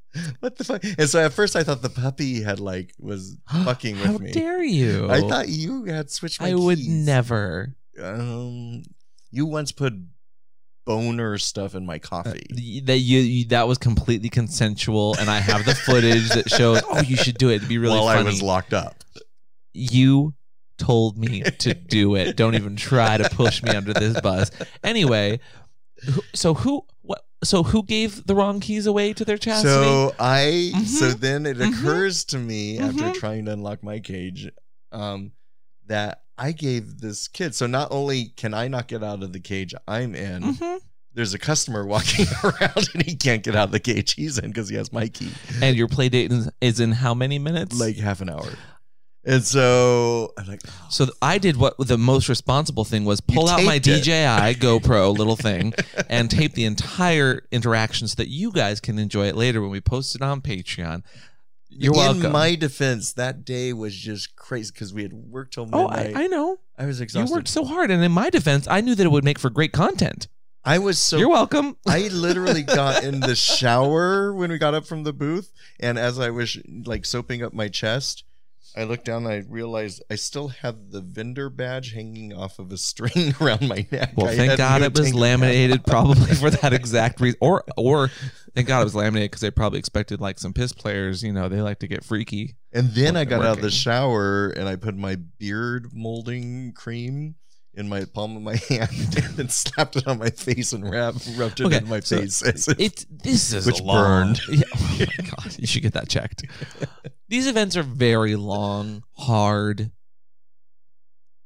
B: what the fuck? And so at first I thought the puppy had like was [GASPS] fucking
A: [GASPS]
B: with
A: How
B: me.
A: dare you?
B: I thought you had switched my
A: I would
B: keys.
A: never.
B: um you once put boner stuff in my
A: Uh,
B: coffee.
A: y- that you, you that was completely consensual, and I have the footage that shows. Oh, you should do it. It'd be really
B: while
A: funny.
B: I was locked up.
A: you told me to do
B: [LAUGHS]
A: it. Don't even try to push me under this bus. Anyway, who, so who what? So who gave the wrong keys away to their chastity?
B: So I
A: Mhm.
B: so then it
A: Mhm.
B: occurs to me
A: Mhm.
B: after trying to unlock my cage um that I gave this kid. So not only can I not get out of the cage I'm in,
A: Mhm.
B: there's a customer walking [LAUGHS] around and he can't get out of the cage he's in because he has my key.
A: And your play date is, is in how many minutes?
B: Like half an hour. And so I'm like
A: So th- I did what the most responsible thing was
B: You
A: pull out my
B: taped it.
A: DJI GoPro little thing [LAUGHS] and tape the entire interaction so that you guys can enjoy it later when we post it on Patreon. You're
B: in
A: welcome.
B: my defense, that day was just crazy because we had worked till
A: oh,
B: midnight.
A: I, I know.
B: I, was
A: You
B: exhausted.
A: worked so hard. And in my defense, I knew that it would make for great content.
B: I was so
A: You're welcome.
B: I
A: [LAUGHS]
B: literally got in the shower when we got up from the booth, and as I was like soaping up my chest, I looked down and I realized I still have the vendor badge hanging off of a string [LAUGHS] around my neck.
A: Well,
B: I
A: thank
B: hadn't
A: God
B: even
A: it was
B: taken
A: laminated
B: [LAUGHS]
A: probably for that exact reason. Or, or thank God it was laminated because they probably expected like some piss players. You know, they like to get freaky.
B: And then I
A: Wasn't
B: got out of the
A: working.
B: shower and I put my beard molding cream in my palm of my [LAUGHS] hand and then slapped it on my face and wrapped, rubbed it
A: Okay,
B: in my
A: so
B: face. as if-
A: It's this is
B: Which
A: long.
B: burned.
A: [LAUGHS] Yeah, oh my
B: [LAUGHS]
A: god, you should get that checked. These events are very long, hard.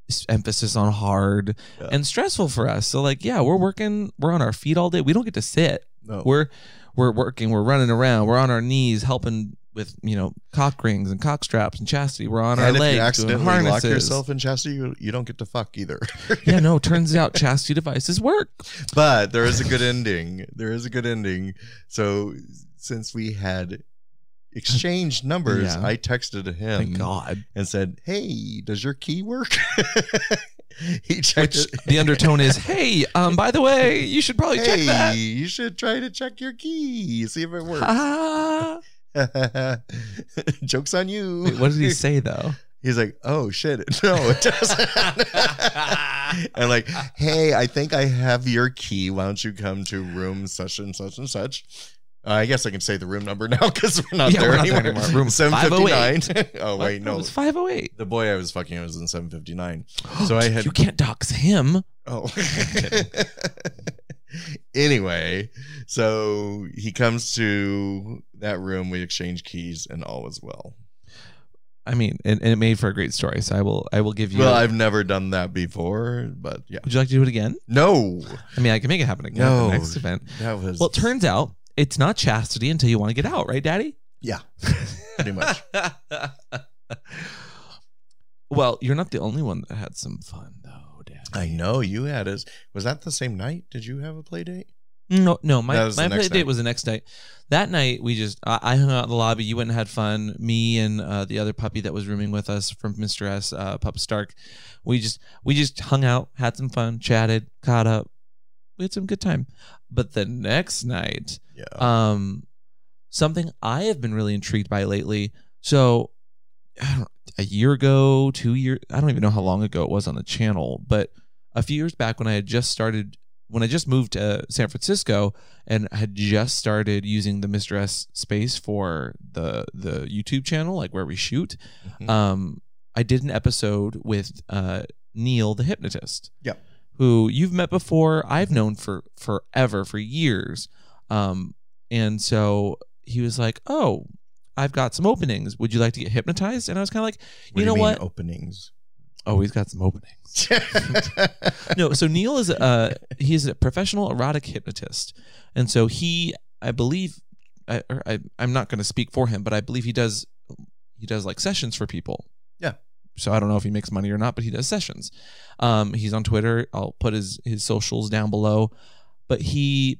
A: s- Emphasis on hard
B: Yeah.
A: and stressful for us. So like, yeah, we're working. We're on our feet all day. We don't get to sit.
B: no.
A: We're we're working. We're running around. We're on our knees helping with you know cock rings and cock straps and chastity. We're on our
B: and if
A: legs
B: you
A: doing
B: accidentally lock
A: harnesses.
B: yourself in chastity, you, you don't get to fuck either.
A: [LAUGHS]
B: [LAUGHS]
A: yeah, no. Turns out chastity devices work.
B: But there is a good ending. There is a good ending. So since we had exchanged numbers,
A: Yeah.
B: I texted
A: Thank
B: him [LAUGHS]
A: God.
B: and said, "Hey, does your key work?" [LAUGHS] he checked.
A: Which
B: it.
A: the undertone is, hey, um, by the way, you should probably [LAUGHS] check that.
B: Hey, you should try to check your key. See if it
A: Ah.
B: works. [LAUGHS] Jokes
A: [LAUGHS]
B: on you.
A: Wait, what did he say though?
B: [LAUGHS] He's like, "Oh shit, [LAUGHS] no, it doesn't." [LAUGHS] and like, "Hey, I think I have your key. Why don't you come to room such and such and such?" Uh, I guess I can say the room number [LAUGHS] now because we're not
A: Yeah,
B: there
A: we're not there
B: anymore.
A: anymore.
B: [LAUGHS]
A: Room
B: 759. [LAUGHS] oh
A: What?
B: wait,
A: It [LAUGHS]
B: no.
A: was 508.
B: The boy I was fucking was in 759. [GASPS]
A: [GASPS]
B: So I had-
A: You can't dox him. [LAUGHS]
B: Oh. anyway, so he comes to that room. We exchange keys, and all is well.
A: I mean, and, and it made for a great story. So I will I will give you
B: Well, I've never done that before, but yeah.
A: Would you like to do it again?
B: No,
A: I mean, I can make it happen again at
B: No.
A: the next event.
B: that was
A: Well, it turns out it's not chastity until you want to get out, right, Daddy?
B: Yeah, pretty much.
A: [LAUGHS] Well, you're not the only one that had some fun though, Dad.
B: I know you had us. Was that the same night? Did you have a play date?
A: No, no, my
B: That was the
A: my
B: next
A: play date
B: night.
A: was the next night. That night we just I, I hung out in the lobby. You went and had fun. Me and uh, the other puppy that was rooming with us from Mr. S, uh, Pup Stark. We just we just hung out, had some fun, chatted, caught up. We had some good time. But the next night,
B: Yeah.
A: um, something I have been really intrigued by lately. So, I don't, a year ago, two years, I don't even know how long ago it was on the channel, but a few years back when I had just started, when I just moved to San Francisco and had just started using the Mr. S space for the the YouTube channel, like where we shoot,
B: Mhm.
A: um, I did an episode with uh, Neil the hypnotist.
B: Yeah.
A: Who you've met before, I've known for forever, for years. Um, and so he was like, Oh, I've got some openings. Would you like to get hypnotized? And I was kind of like,
B: What do
A: you know
B: mean
A: what? [LAUGHS]
B: Openings.
A: Oh, he's got some openings. No, so Neil is a he's a professional erotic hypnotist, and so he, I believe, I, or I I'm not going to speak for him, but I believe he does he does like sessions for people.
B: Yeah.
A: So I don't know if he makes money or not, but he does sessions. Um, he's on Twitter. I'll put his his socials down below, but he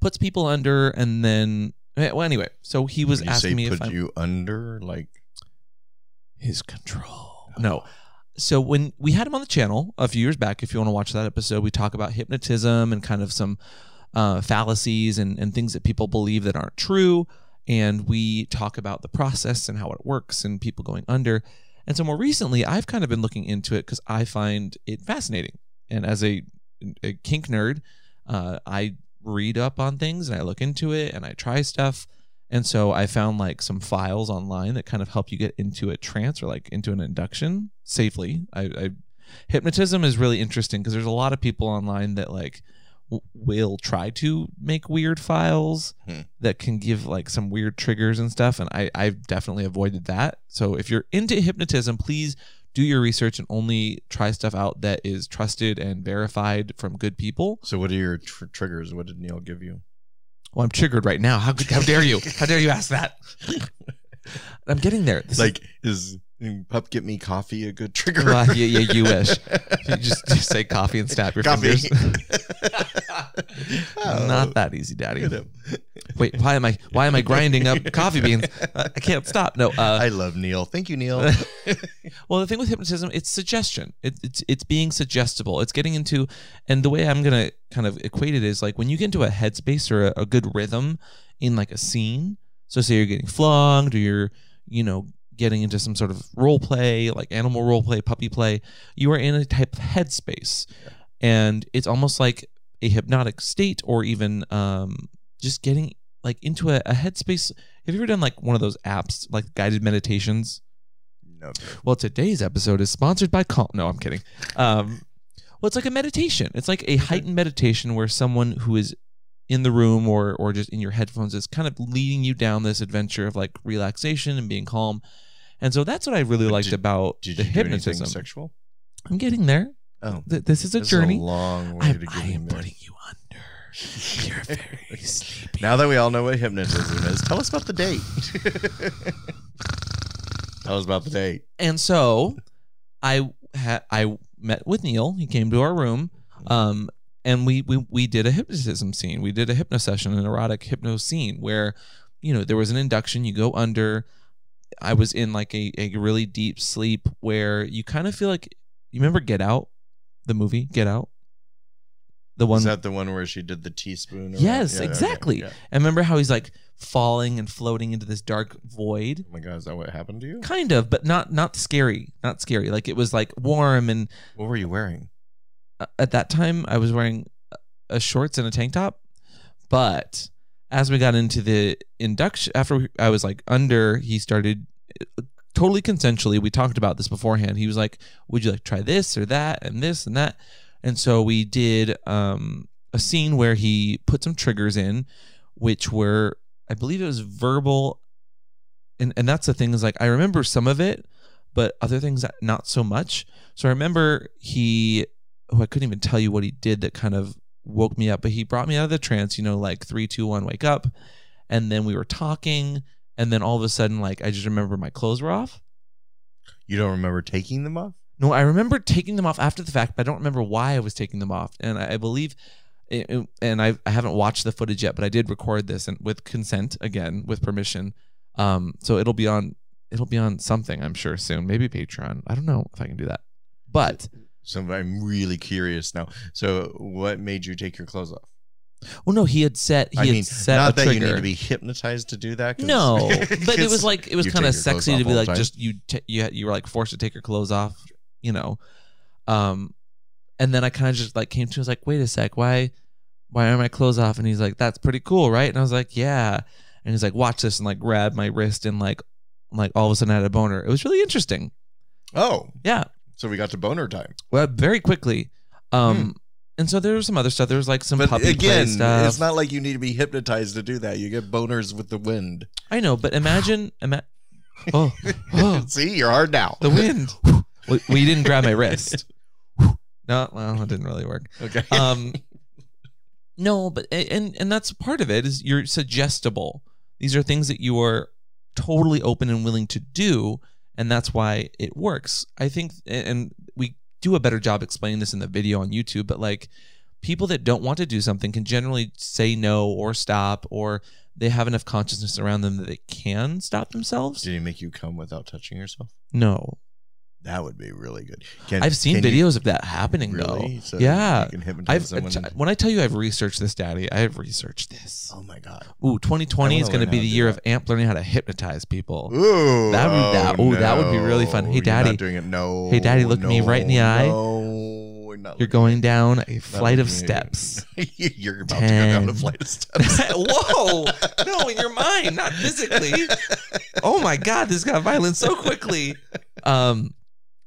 A: puts people under, and then eh, well, anyway, so he was
B: When you say
A: asking me if
B: put
A: I'm
B: you under like
A: his control. No, so when we had him on the channel a few years back if you want to watch that episode we talk about hypnotism and kind of some uh, fallacies and, and things that people believe that aren't true and we talk about the process and how it works and people going under and so more recently i've kind of been looking into it because i find it fascinating and as a, a kink nerd uh, i read up on things and i look into it and i try stuff and so I found like some files online that kind of help you get into a trance or like into an induction safely. I, I hypnotism is really interesting because there's a lot of people online that like w- will try to make weird files
B: Hmm.
A: that can give like some weird triggers and stuff. And I I've definitely avoided that. So if you're into hypnotism, please do your research and only try stuff out that is trusted and verified from good people.
B: so what are your tr- triggers? What did Neil give you?
A: Well, I'm triggered right now. How could, how dare you? How dare you ask that? I'm getting there. This is- [LAUGHS]
B: Like is mm, pup get me coffee a good trigger?
A: Well, yeah, yeah,
B: [LAUGHS]
A: you wish. you just, just say coffee and snap your
B: coffee.
A: fingers.
B: [LAUGHS]
A: [LAUGHS]
B: Oh,
A: Not that easy, Daddy.
B: look at him.
A: Wait, why am I why am I grinding
B: [LAUGHS]
A: up coffee beans? Uh, I can't stop. No. Uh,
B: I love Neil. Thank
A: [LAUGHS]
B: you, Neil. [LAUGHS]
A: well, the thing with hypnotism, it's suggestion. It, it's it's being suggestible. It's getting into, and the way I'm gonna kind of equate it is like when you get into a headspace or a, a good rhythm in like a scene. So say you're getting flogged or you're you know getting into some sort of role play like animal role play, puppy play. You are in a type of headspace, and it's almost like a hypnotic state or even um just getting like into a, a headspace. Have you ever done like one of those apps like guided meditations?
B: no,
A: Well, today's episode is sponsored by Calm. No, I'm kidding. Um, well, it's like a meditation. It's like a heightened meditation where someone who is in the room or or just in your headphones is kind of leading you down this adventure of like relaxation and being calm. And so that's what I really
B: But
A: liked
B: did-
A: about
B: did
A: the
B: you do anything
A: hypnotism.
B: sexual?
A: I'm getting there.
B: Oh,
A: Th- this is a
B: this is
A: journey.
B: a long way to
A: I'm,
B: get
A: I
B: in
A: am
B: there.
A: putting you under. You're very
B: [LAUGHS]
A: sleepy.
B: Now that we all know what hypnotism is, tell us about the date. [LAUGHS] tell us about the date.
A: and so I ha- I met with Neil. He came to our room, um, and we we we did a hypnotism scene. We did a hypno session, an erotic hypno scene where, you know, there was an induction. You go under. I was in like a, a really deep sleep where you kind of feel like you remember Get Out, the movie Get Out, the one
B: Is that the one where she did the teaspoon? around?
A: Yes,
B: Yeah, okay,
A: exactly.
B: yeah.
A: and remember how he's like falling and floating into this dark void.
B: Oh my god, is that what happened to you?
A: Kind of, but not not scary, not scary. Like it was like warm and
B: What were you wearing?
A: uh, at that time I was wearing a shorts and a tank top, but as we got into the induction, after we- I was like under, he started uh, totally consensually. We talked about this beforehand. He was like, "Would you like try this or that and this and that?" And so we did um, a scene where he put some triggers in, which were, I believe, it was verbal, and and that's the thing is like I remember some of it, but other things not so much. So I remember he oh, I couldn't even tell you what he did that kind of woke me up, but he brought me out of the trance, you know, like three, two, one, wake up. And then we were talking. And then all of a sudden, like, I just remember my clothes were off.
B: You don't remember taking them off?
A: No, I remember taking them off after the fact, but I don't remember why I was taking them off. And I, I believe, it- it- and I, I haven't watched the footage yet, but I did record this and with consent again, with permission. Um, so it'll be on, it'll be on something I'm sure soon, maybe Patreon. I don't know if I can do that, but
B: So I'm really curious now. So what made you take your clothes off?
A: well, oh, no, he had set, he
B: I
A: had
B: mean,
A: set
B: not
A: a
B: that you
A: trigger.
B: need to be hypnotized to do that. 'cause- [LAUGHS]
A: No, but it
B: 'cause-
A: was like it was
B: you
A: kind of
B: take your clothes
A: sexy to be
B: off all the
A: like
B: time.
A: just you t- you had- you were like forced to take your clothes off, you know, um, and then I kind of just like came to him, I was like, wait a sec, why why are my clothes off? And he's like, that's pretty cool, right? And I was like, yeah, and he's like, watch this, and like grabbed my wrist and like like all of a sudden I had a boner. It was really interesting.
B: oh,
A: Yeah,
B: so we got to boner time.
A: well, very quickly, um, and so there was some other stuff. There was like some
B: hmm. But
A: puppy
B: again,
A: play stuff.
B: it's not like you need to be hypnotized to do that. You get boners with the wind.
A: I know, but imagine,
B: [LAUGHS]
A: ima- oh, [GASPS] oh.
B: See, you're hard now.
A: The
B: [LAUGHS]
A: wind. well, [LAUGHS] well, you didn't grab my wrist. [LAUGHS] no, well, it didn't really [LAUGHS] work.
B: Okay.
A: Um, no, but a- and and that's part of it is you're suggestible. These are things that you are totally open and willing to do, and that's why it works. I think, and we do a better job explaining this in the video on YouTube, but like people that don't want to do something can generally say no or stop or they have enough consciousness around them that they can stop themselves
B: Did he make you come without touching yourself?
A: no
B: That would be really good. Can,
A: I've seen
B: can you-
A: videos of that happening
B: really?
A: though.
B: So
A: yeah.
B: You can hypnotize
A: I've
B: someone.
A: t- when I tell you I've researched this, Daddy, I have researched this.
B: oh my god.
A: Ooh,
B: I
A: 2020
B: wanna
A: is going to
B: learn how
A: be
B: to
A: the
B: do
A: year
B: that.
A: of Amp learning how to hypnotize people.
B: Ooh.
A: That would- that-
B: oh,
A: ooh, that would be really fun. Hey,
B: no, you're
A: Daddy.
B: Not doing it. No.
A: Hey, Daddy, look
B: no,
A: me right in the eye.
B: No. We're not
A: You're going
B: looking
A: down a
B: at you.
A: flight of
B: Not
A: steps. [LAUGHS]
B: looking at you. [LAUGHS] you're about to go down a
A: Ten.
B: flight of steps.
A: Whoa! No, in your mind, not [LAUGHS] physically. Oh my God, this got violent so quickly. Um.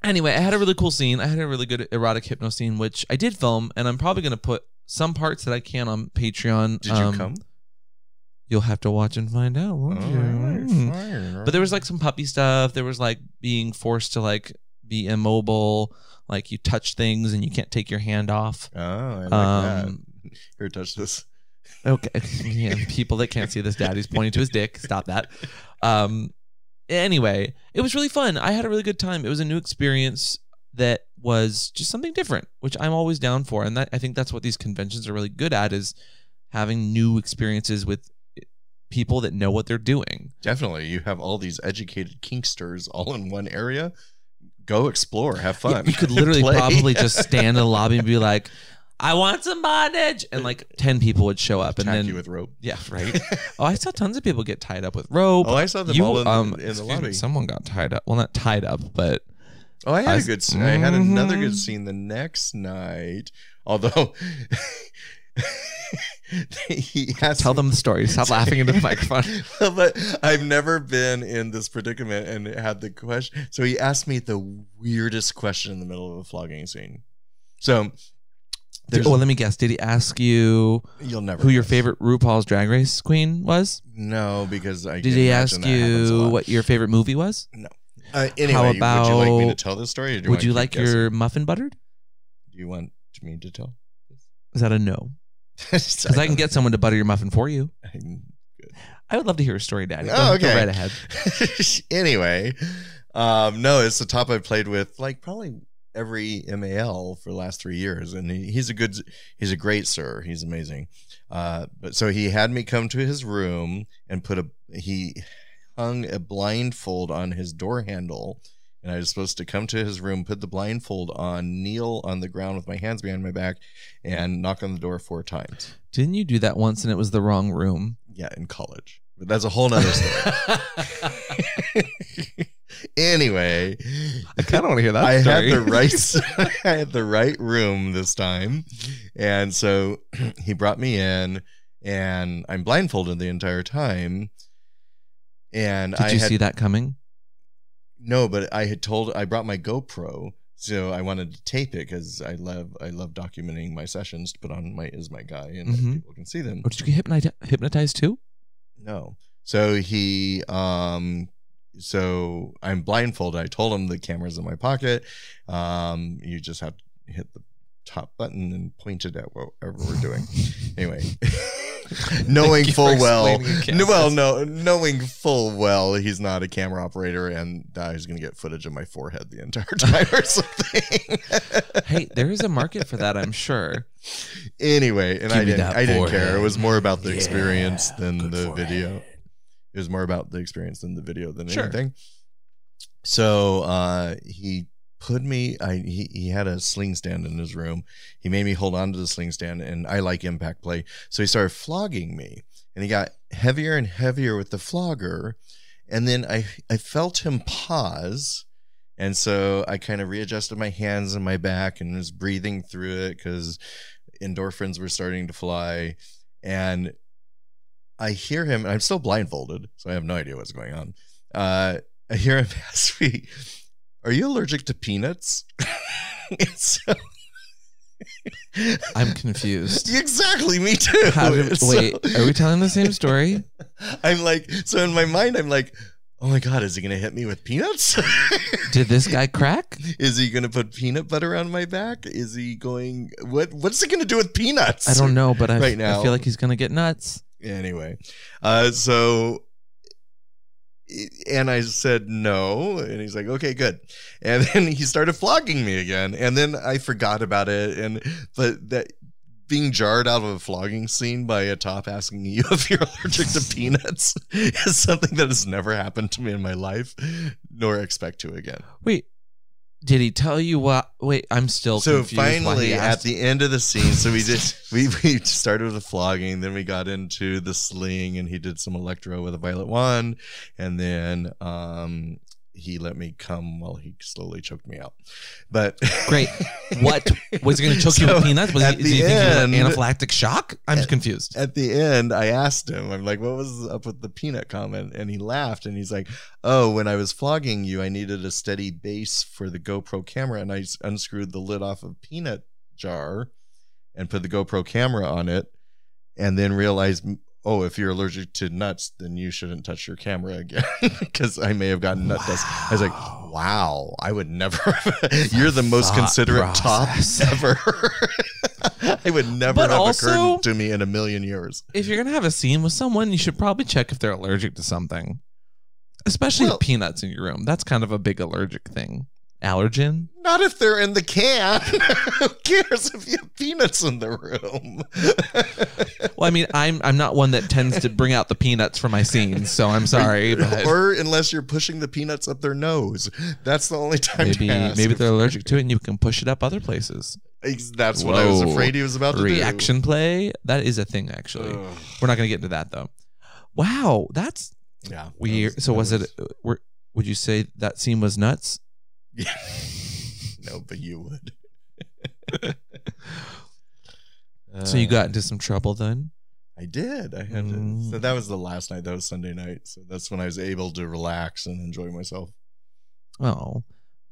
A: Anyway, I had a really cool scene. I had a really good erotic hypno scene, which I did film, and I'm probably going to put some parts that I can on Patreon.
B: Did you
A: Um,
B: come? Oh,
A: You'll have to watch and find out, won't you?
B: Alright,
A: Mm.
B: fine.
A: But there was like some puppy stuff. There was like being forced to like be immobile, like you touch things and you can't take your hand off.
B: Oh, I like
A: Um,
B: that. Here, touch this.
A: Okay, [LAUGHS] yeah, people that can't see this, daddy's pointing to his dick. Stop that. Um, anyway, it was really fun. I had a really good time. It was a new experience that was just something different, which I'm always down for, and that I think that's what these conventions are really good at is having new experiences with people that know what they're doing.
B: Definitely, you have all these educated kinksters all in one area. Go explore, have
A: Yeah, [LAUGHS]
B: fun.
A: you
B: [LAUGHS]
A: could literally
B: Play.
A: probably
B: [LAUGHS]
A: just stand in the lobby and be like, "I want some bondage," and like ten people would show up, and
B: attack
A: then
B: you with rope. [LAUGHS]
A: yeah, right. oh, I saw tons of people get tied up with rope.
B: Oh, I saw them
A: you
B: all in,
A: um,
B: in the
A: excuse me,
B: lobby.
A: someone got tied up. Well, not tied up, but
B: Oh, I had
A: I
B: a
A: s-
B: good. s- I had another good
A: Mhm.
B: scene the next night. Although [LAUGHS] he asked
A: tell them the story.
B: [LAUGHS]
A: Stop laughing into the microphone.
B: but I've never been in this predicament and had the question. So he asked me the weirdest question in the middle of a flogging scene. So there's,
A: well, oh, let me guess. Did he ask you
B: you'll never
A: who your
B: guess.
A: favorite RuPaul's Drag Race queen was?
B: No, because I
A: Did
B: can
A: he
B: imagine
A: ask
B: that happens a
A: you
B: lot.
A: what your favorite movie was?
B: Uh, anyway, would you like me to
A: about-
B: tell this story? Or do
A: Would
B: you
A: you
B: want
A: like
B: to keep guessing?
A: your muffin buttered?
B: Do you want me to tell? [LAUGHS]
A: Is that a no? Because I can get someone to butter your muffin for you. I would love to hear a story, Daddy. Go-
B: Oh,
A: go
B: okay.
A: right ahead.
B: [LAUGHS] anyway, um, no, it's the top I've played with, like probably every MAL for the last three years, and he, he's a good, he's a great sir. He's amazing. Uh, but so he had me come to his room and put a he hung a blindfold on his door handle. And I was supposed to come to his room, put the blindfold on, kneel on the ground with my hands behind my back, and knock on the door four times.
A: Didn't you do that once and it was the wrong room?
B: Yeah, in college. But that's a
A: [LAUGHS]
B: whole nother story. anyway,
A: I kind of want to hear that
B: I
A: story.
B: had the [LAUGHS] right
A: [LAUGHS]
B: I had the right room this time. And so [CLEARS THROAT] he brought me in and I'm blindfolded the entire time. And
A: Did
B: I
A: you
B: had
A: see that coming?
B: no, but I had told I brought my GoPro, so I wanted to tape it because I love I love documenting my sessions to put on my is my guy and
A: Mhm.
B: people can see them.
A: Or did you get hypnoti- hypnotized too?
B: No. So he um so I'm blindfolded. I told him the camera's in my pocket. Um you just have
A: [LAUGHS]
C: [LAUGHS]
B: to hit the top button and point it at whatever we're doing. anyway. [LAUGHS] knowing
A: Thank you
B: full
A: for
B: well,
A: explaining
B: [LAUGHS]
A: it,
B: no, well,
A: Kansas.
B: no, knowing full well he's not a camera operator, and now he's gonna get footage of my forehead the entire [LAUGHS] time or something. [LAUGHS]
A: hey, there is a market for that, I'm sure.
B: anyway, and
C: Give
B: I
C: me
B: didn't,
C: that
B: I didn't
C: forehead.
B: care. It was more about the
C: Yeah,
B: experience than
C: good
B: the
C: forehead.
B: video. It was more about the experience than the video than
A: Sure.
B: anything. So uh, he put me. I he, he had a sling stand in his room. He made me hold on to the sling stand, and I like impact play. So he started flogging me, and he got heavier and heavier with the flogger. And then I I felt him pause. And so I kind of readjusted my hands and my back and was breathing through it because endorphins were starting to fly. And I hear him, and I'm still blindfolded, so I have no idea what's going on. Uh, I hear him [LAUGHS] ask me, Are you allergic to peanuts? [LAUGHS] And so- [LAUGHS]
A: I'm confused.
B: exactly, me too.
A: How did,
B: And [LAUGHS] so-
A: wait, are we telling the same story?
B: I'm like, so in my mind, I'm like, Oh my God, is he going to hit me with peanuts?
A: Did this guy crack?
B: Is he gonna put peanut butter on my back? Is he going what what's he gonna do with peanuts?
A: I don't know, but I,
B: Right
A: I
B: now.
A: feel like he's gonna get nuts.
B: Anyway. Uh so and I said no, and he's like, "Okay, good." And [LAUGHS] then he started flogging me again, and then I forgot about it. And but that being jarred out of a flogging scene by a top asking you [LAUGHS] if you're allergic
A: [LAUGHS]
B: to peanuts is something that has never happened to me in my life, nor expect to again.
A: Wait, did he tell you what? Wait, I'm still
B: so
A: confused. why he
B: finally at
A: asked-
B: the end of the scene so we did [LAUGHS] we, we started with the flogging then we got into the sling and he did some electro with a violet wand and then um he let me come while he slowly choked me out but [LAUGHS]
A: Great. what was he gonna choke you
B: So,
A: with peanuts? Was he,
B: at
A: did he
B: the
A: think you
B: end-
A: were anaphylactic shock? I'm
B: At-
A: confused.
B: at the end i asked him i'm like what was up with the peanut comment and he laughed and he's like oh when i was flogging you i needed a steady base for the gopro camera and i s- unscrewed the lid off of peanut jar and put the gopro camera on it and then realized "M- oh if you're allergic to nuts then you shouldn't touch your camera again [LAUGHS] because i may have gotten nut dust i was like wow i would never [LAUGHS] you're the most
A: Thought
B: considerate
A: process.
B: top [LAUGHS] ever [LAUGHS] i would never
A: But
B: have
A: also-
B: occurred to me in a million years
A: If you're gonna have a scene with someone, you should probably check if they're allergic to something, especially
B: Well-
A: peanuts in your room. That's kind of a big allergic thing. Allergen.
B: Not if they're in the can. [LAUGHS] Who cares if you have peanuts in the [LAUGHS] room?
A: Well, I mean, I'm I'm not one that tends to bring out the peanuts for my scenes, so I'm sorry. But
B: [LAUGHS] or unless you're pushing the peanuts up their nose. That's the only time
A: maybe
B: to ask.
A: maybe they're allergic to it, and you can push it up other places.
B: Ex- That's what I was
A: Whoa.
B: afraid he was about to
A: Reaction play that is a thing
B: do.
A: actually. We're not gonna get into that though. Wow, that's
B: yeah.
A: weird.
B: That
A: so was,
B: that [LAUGHS]
A: it? Were, would you say that scene was nuts?
B: Yeah. no, but you would.
A: [LAUGHS] so you got into some trouble then?
B: I did. I had
A: Mm.
B: to. So that was the last night. That was Sunday night. So that's when I was able to relax and enjoy myself.
A: Oh,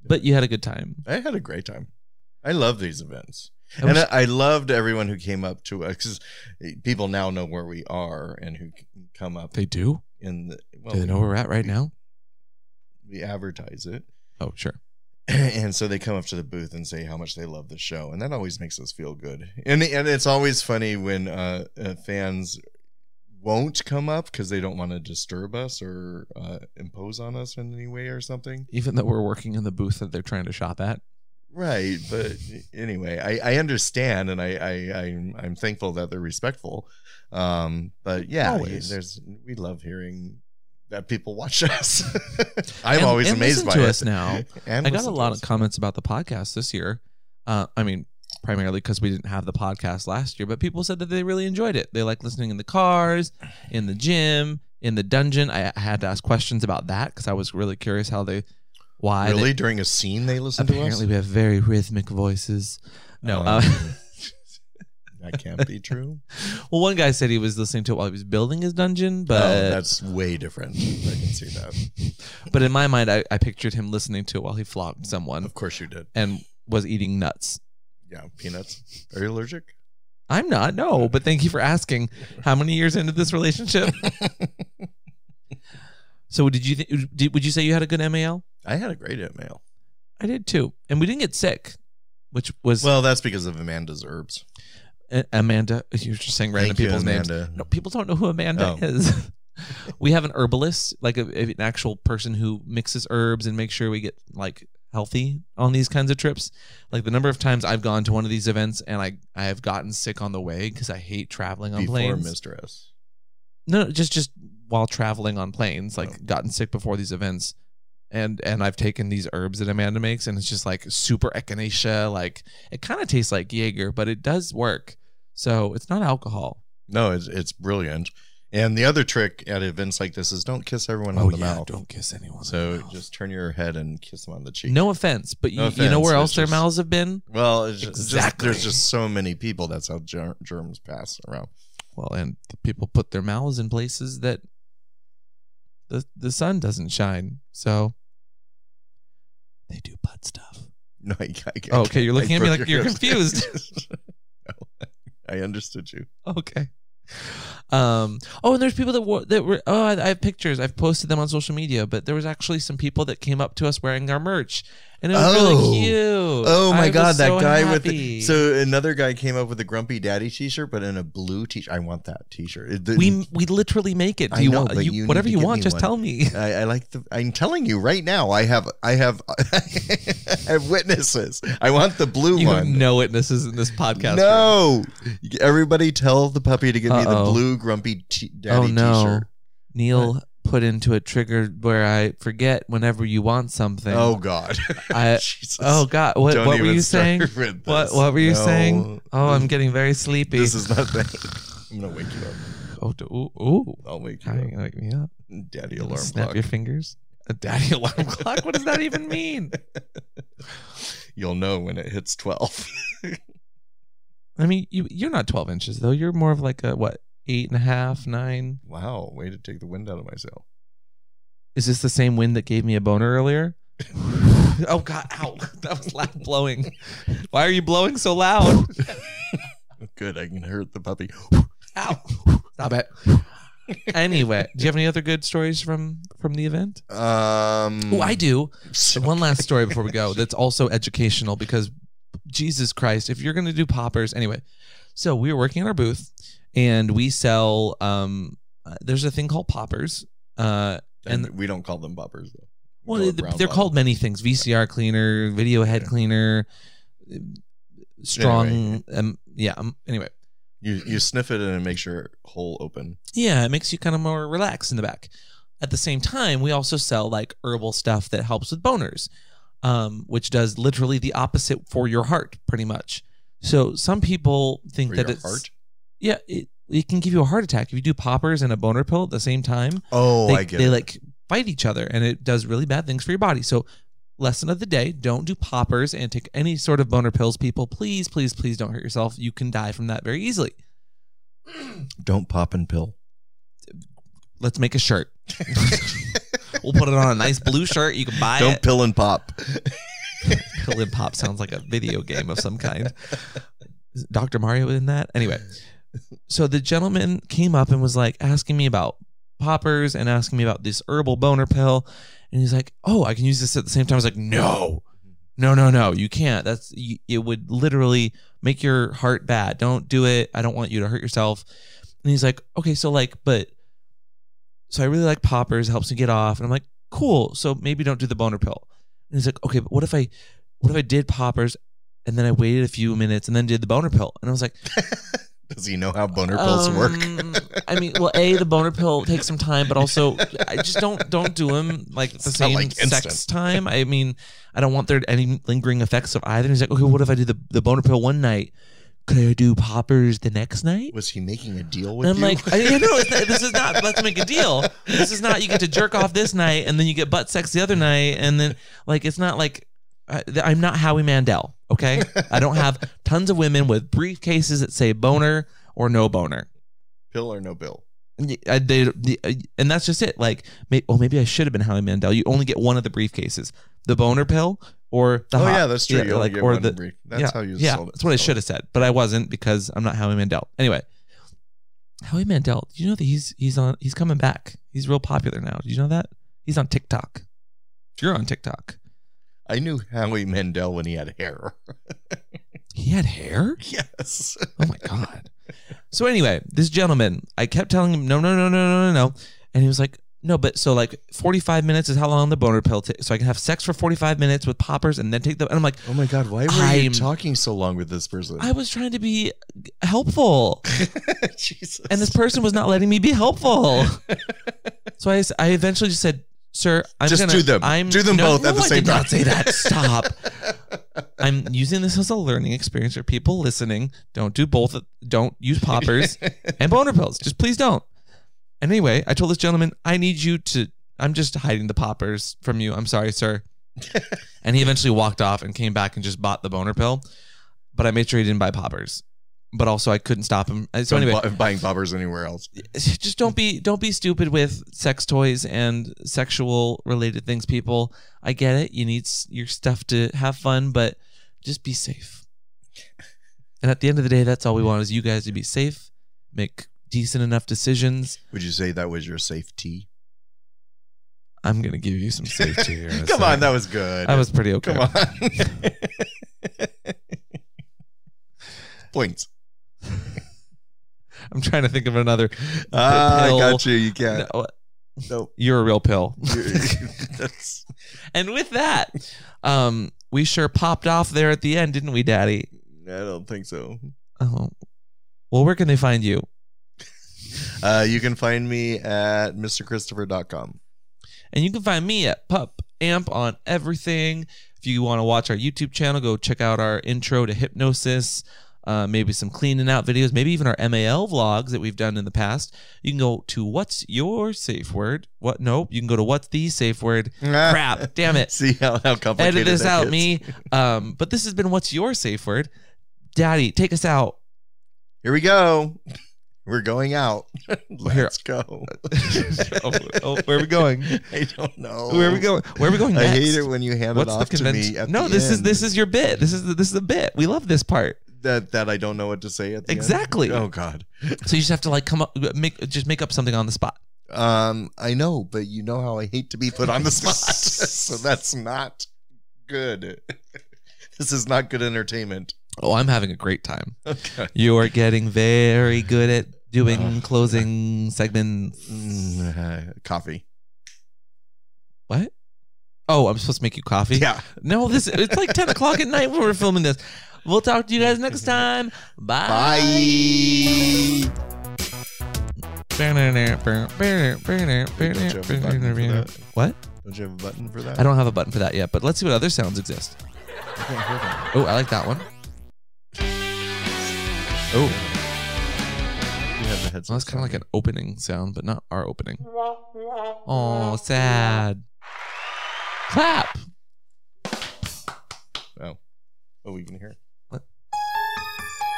A: but you had a good time.
B: I had a great time. I love these events.
A: I
B: and
A: wish-
B: I, I loved everyone who came up to us because people now know where we are and who c- come up
A: They do.
B: in the. Well,
A: Do they know where we're at right now?
B: We advertise it.
A: Oh, sure.
B: [CLEARS THROAT] And so they come up to the booth and say how much they love the show, and that always makes us feel good. And and it's always funny when uh, uh, fans won't come up because they don't want to disturb us or uh, impose on us in any way or something.
A: Even though we're working in the booth that they're trying to shop at.
B: Right, but anyway, I, I understand, and I, I I'm, I'm thankful that they're respectful. Um, but yeah,
A: Always.
B: there's we love hearing that people watch [LAUGHS] us. I'm
A: And-
B: always
A: and
B: amazed by
A: listen to
B: it.
A: us now.
B: And
A: I got a
B: listen to
A: lot
B: us.
A: of comments about the podcast this year. Uh, I mean, primarily because we didn't have the podcast last year, but people said that they really enjoyed it. They like listening in the cars, in the gym, in the dungeon. I, I had to ask questions about that because I was really curious how they, why. they-
B: really during a scene they listen to us.
A: apparently, we have very rhythmic voices. No. [LAUGHS]
B: Um,
A: uh,
B: that can't be true.
A: well, one guy said he was listening to it while he was building his dungeon, [LAUGHS] but
B: oh, that's way different. I can see that.
A: [LAUGHS] but in my mind, I, I pictured him listening to it while he flogged someone
B: Of course you did.
A: and was eating nuts.
B: Yeah, peanuts. Are you allergic?
A: [LAUGHS] I'm not, no, but thank you for asking. How many years into this relationship? [LAUGHS] so, did you think, did, would you say you had a good MAL?
B: I had a great email.
A: I did too. And we didn't get sick, which was,
B: Well, that's because of Amanda's herbs.
A: A- Amanda, you're just saying random
B: Thank you,
A: people's names.
B: Amanda.
A: No, people don't know who Amanda
B: Oh.
A: is. [LAUGHS] we have an herbalist, like a, a- an actual person who mixes herbs and makes sure we get like healthy on these kinds of trips. Like the number of times I've gone to one of these events and I I have gotten sick on the way because I hate traveling on
B: Before
A: planes.
B: Mr. S.
A: No, no, just just while traveling on planes, like gotten sick before these events, and and I've taken these herbs that Amanda makes, and it's just like super echinacea. Like it kind of tastes like Jaeger, but it does work. So it's not alcohol.
B: No, it's it's brilliant. And the other trick at events like this is don't kiss everyone on the mouth.
A: Oh, don't kiss anyone.
B: So just turn your head and kiss them on the cheek.
A: no offense, but you,
B: No
A: you know
B: offense,
A: where
B: it's
A: else their
B: just-
A: mouths have been?
B: Well, it's just,
A: Exactly.
B: just there's just so many people. That's how ger- germs pass around.
A: Well, and the people put their mouths in places that the the sun doesn't shine, so they do butt stuff. [LAUGHS]
B: No, I, I, I-
A: Oh, okay, you're looking
B: I
A: at me
B: broke
A: like
B: your
A: you're
B: lips.
A: confused.
B: [LAUGHS] No, I understood
A: [LAUGHS]
B: you.
A: Okay. Um. Oh, and there's people that wore that were. Oh, I, I have pictures. I've posted them on social media. But there was actually some people that came up to us wearing our merch, and it was
B: Oh.
A: really cute.
B: Oh
A: I
B: my
A: was
B: god, that
A: so
B: guy with the,
A: happy.
B: so another guy came up with a grumpy daddy t-shirt, but in a blue t-shirt. I want that t-shirt. It- the-
A: we we literally make it. Do
B: I
A: you
B: know,
A: want
B: but
A: you,
B: you need
A: whatever
B: to
A: you
B: give
A: want?
B: me
A: Just
B: one.
A: tell me.
B: I, I like the. I'm telling you right now. I have. I have. [LAUGHS] I have witnesses. I want the blue
A: You have
B: one.
A: no witnesses in this podcast. room.
B: no. Everybody, tell the puppy to give me the
A: Uh-oh.
B: blue grumpy t- daddy
A: Oh no.
B: t-shirt.
A: Neil put into a trigger where I forget whenever you want something.
B: Oh god.
A: I-
B: [LAUGHS] Jesus.
A: Oh God. What
B: Don't
A: what were
B: even
A: you
B: start
A: saying?
B: [LAUGHS] with
A: What
B: this.
A: what were you
B: No.
A: saying? Oh, I'm
B: This-
A: getting very sleepy.
B: This is not that.
A: [LAUGHS]
B: I'm gonna wake you up.
A: Oh, d- ooh, ooh.
B: I'll wake you
A: Hi, wake me up.
B: up. Daddy
A: Gonna
B: alarm
A: Snap
B: clock.
A: your fingers. A daddy [LAUGHS] alarm clock? What does that even mean?
B: [LAUGHS] You'll know when it hits twelve. [LAUGHS]
A: I mean, you you're not 12 inches though. You're more of like a what eight and a half, nine.
B: wow, way to take the wind out of myself.
A: Is this the same wind that gave me a boner earlier? [SIGHS] oh God! Ow! [LAUGHS] That was loud blowing. Why are you blowing so loud?
B: Good, I can hurt
A: [GASPS]
B: the puppy.
A: Ow! Stop it. [LAUGHS] Anyway, do you have any other good stories from from the event?
B: Um,
A: Oh, I do. And one last story before we [LAUGHS] go that's also educational because Jesus Christ, if you're going to do poppers, anyway. So we were working in our booth and we sell, um, uh, there's a thing called poppers. Uh,
B: and,
A: and-
B: we don't call them boppers though.
A: well,
B: We call
A: they-
B: it round
A: they're
B: bottom.
A: called many things VCR cleaner, video head
B: Yeah.
A: cleaner, strong.
B: Anyway.
A: Um, yeah. Um, anyway.
B: You you sniff it and it makes your hole open.
A: Yeah, it makes you kind of more relaxed in the back. At the same time, we also sell like herbal stuff that helps with boners, um, which does literally the opposite for your heart, pretty much. So some people think
B: For
A: that
B: your
A: it's
B: heart.
A: yeah, it, it can give you a heart attack if you do poppers and a boner pill at the same time.
B: Oh,
A: they
B: I get
A: they
B: it.
A: like fight each other, and it does really bad things for your body. So lesson of the day: don't do poppers and take any sort of boner pills, people. Please, please, please don't hurt yourself. You can die from that very easily.
B: don't pop
A: [LAUGHS]
B: and pill.
A: Let's make a shirt. We'll put it on a nice blue shirt. You can buy
B: don't
A: it.
B: pill and pop.
A: [LAUGHS] Pill and Pop sounds like a video game of some kind. Is Dr. Mario in that? Anyway,
B: [LAUGHS]
A: so the gentleman came up and was like asking me about poppers and asking me about this herbal boner pill. And he's like, oh, I can use this at the same time. I was like, no, no, no, no, you can't. That's, you, it would literally make your heart bad. Don't do it. I don't want you to hurt yourself. And he's like, okay, so like, but, so I really like poppers, helps me get off. And I'm like, cool. So maybe don't do the boner pill. And he's like, okay, but what if I, what if I did poppers and then I waited a few minutes and then did the boner pill? And I was like,
B: [LAUGHS] Does he know how boner pills work?
A: um, I mean,
B: [LAUGHS]
A: well, a the boner pill takes some time, but also I just don't don't do them like at the
B: It's not
A: same
B: like
A: sex
B: instant.
A: time. I mean, I don't want there to any lingering effects of either. He's like, okay, what if I do the the boner pill one night? Could I do poppers the next night?
B: Was he making a deal with
A: And I'm
B: you?
A: like, I, you know, it's not- this is
B: [LAUGHS]
A: not. Let's make a deal. This is not. You get to jerk off this night, and then you get butt sex the other night, and then like it's not like I, I'm not Howie Mandel. Okay, I don't have tons of women with briefcases that say boner or no boner.
B: [LAUGHS] pill or no bill?
A: And y- I- they- the- uh, and that's just it. Like, may, well, maybe I should have been Howie Mandel. You only get one of the briefcases: the boner pill or the
B: oh
A: hot-
B: yeah, that's true. you only
A: like,
B: get
A: or
B: one
A: the-
B: brief. That's
A: yeah,
B: how you
A: yeah,
B: sold it.
A: that's what I should have said, but I wasn't because I'm not Howie Mandel. Anyway, Howie Mandel, do you know that he's he's on he's coming back. He's real popular now. Do you know that he's on TikTok? You're on TikTok.
B: Oh,
A: [LAUGHS]
B: I knew Howie Mandel when he had hair.
A: He had hair?
B: Yes.
A: Oh my god. So anyway, this gentleman, I kept telling him no, no, no, no, no, no, no, and he was like, no, but so like forty five minutes is how long the boner pill takes. So I can have sex for forty five minutes with poppers and then take the. And I'm like,
B: Oh my God. Why were you
A: I'm-
B: talking so long with this person?
A: I was trying to be helpful,
B: [LAUGHS] Jesus.
A: and this person was not letting me be
B: [LAUGHS]
A: helpful. So I, s- I eventually just said, sir, I'm
B: Just
A: gonna
B: do them.
A: I'm
B: Do them
A: no,
B: both at
A: no,
B: the
A: I
B: same
A: did not
B: time."
A: say
B: [LAUGHS]
A: that. Stop. I'm using this as a learning experience for people listening. Don't do both. Don't use
B: [LAUGHS]
A: poppers and boner pills. Just please don't. And anyway, I told this gentleman, I need you to. I'm just hiding the poppers from you. I'm sorry,
B: [LAUGHS]
A: sir. and he eventually walked off and came back and just bought the boner pill. But I made sure he didn't buy poppers. But also, I couldn't stop him. Uh, So
B: From
A: anyway,
B: bu- buying bobbers anywhere else.
A: [LAUGHS] just don't be don't be stupid with sex toys and sexual related things people i get it you need s- your stuff to have fun but just be safe and at the end of the day that's all we want is you guys to be safe make decent enough decisions
B: Would you say that was your safety?
A: i'm gonna give you some safety
B: [LAUGHS]
A: here in a
B: Come
A: second.
B: on, that was good.
A: i was pretty okay
B: Come on. [LAUGHS] Points.
A: i'm trying to think of another
B: Ah, I
A: pill.
B: got you. You can't.
A: No, uh,
B: [LAUGHS] Nope.
A: you're a real pill [LAUGHS]
B: That's-
A: and with that um we sure popped off there at the end didn't we daddy
B: I don't think so.
A: Oh. Well, where can they find you?
B: Uh, you can find me at mrchristopher.com.
A: And you can find me at Pup Amp on everything. If you want to watch our YouTube channel, go check out our intro to hypnosis, uh, maybe some cleaning out videos, maybe even our MAL vlogs that we've done in the past. You can go to what's your safe word? What? Nope. You can go to what's the safe [LAUGHS] word? Crap. Damn [LAUGHS] it.
B: [LAUGHS] See how, how complicated
A: Edit this
B: that
A: out,
B: gets.
A: me. Um, but this has been what's your safe word? Daddy, take us out.
B: Here we go. We're going
A: [LAUGHS]
B: out.
A: Where-
B: Let's go.
A: [LAUGHS] Oh, oh, where are we going?
B: I don't know.
A: [LAUGHS] Where are we going? Where are we going
B: I
A: next?
B: hate it when you hand
A: What's
B: it
A: the
B: off to
A: convention?
B: me. At
A: no,
B: the
A: this is
B: end
A: this is your bit. This is the, this is the bit. We love this part.
B: that that I don't know what to say at the end.
A: Exactly.
B: Oh God.
A: So you just have to like come up, make just make up something on the spot.
B: Um, I know, but you know how I hate to be put on the spot. [LAUGHS] so that's not good. This is not good entertainment.
A: Oh, I'm having a great time.
B: Okay.
A: You are getting very good at
B: Oh.
A: doing closing segments.
B: Mm, uh, coffee.
A: What? Oh, I'm supposed to make you coffee.
B: Yeah.
A: [LAUGHS] No, this it's like 10 o'clock at night when we're filming this. We'll talk to you guys next time.
B: Bye. Wait, don't you have a button for
A: Bye.
B: that?
A: What?
B: Don't you have a button for that?
A: I don't have a button for that yet, but let's see what other sounds exist.
B: I can't hear that.
A: Oh, I like that one. Oh,
B: You have the headset.
A: well, that's kind of like an opening sound, but not our opening. Oh, sad. Clap.
B: Oh. Oh, we can hear. it.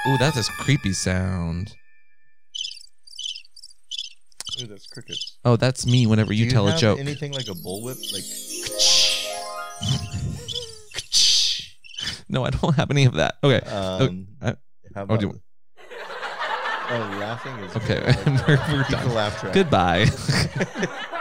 A: Oh, that's a creepy sound.
B: Ooh, that's crickets.
A: Oh, that's me whenever you,
B: Do
A: tell a
B: have
A: joke.
B: Anything like a bullwhip? Like
A: [LAUGHS] no, I don't have any of that. Okay.
B: um
A: Oh, I-
B: how
A: I'll do-
B: about- Oh, laughing is
A: Okay,
B: good. I like
A: we're-
B: that.
A: [LAUGHS] we're
B: Keep the
A: done.
B: laugh track.
A: Goodbye. [LAUGHS]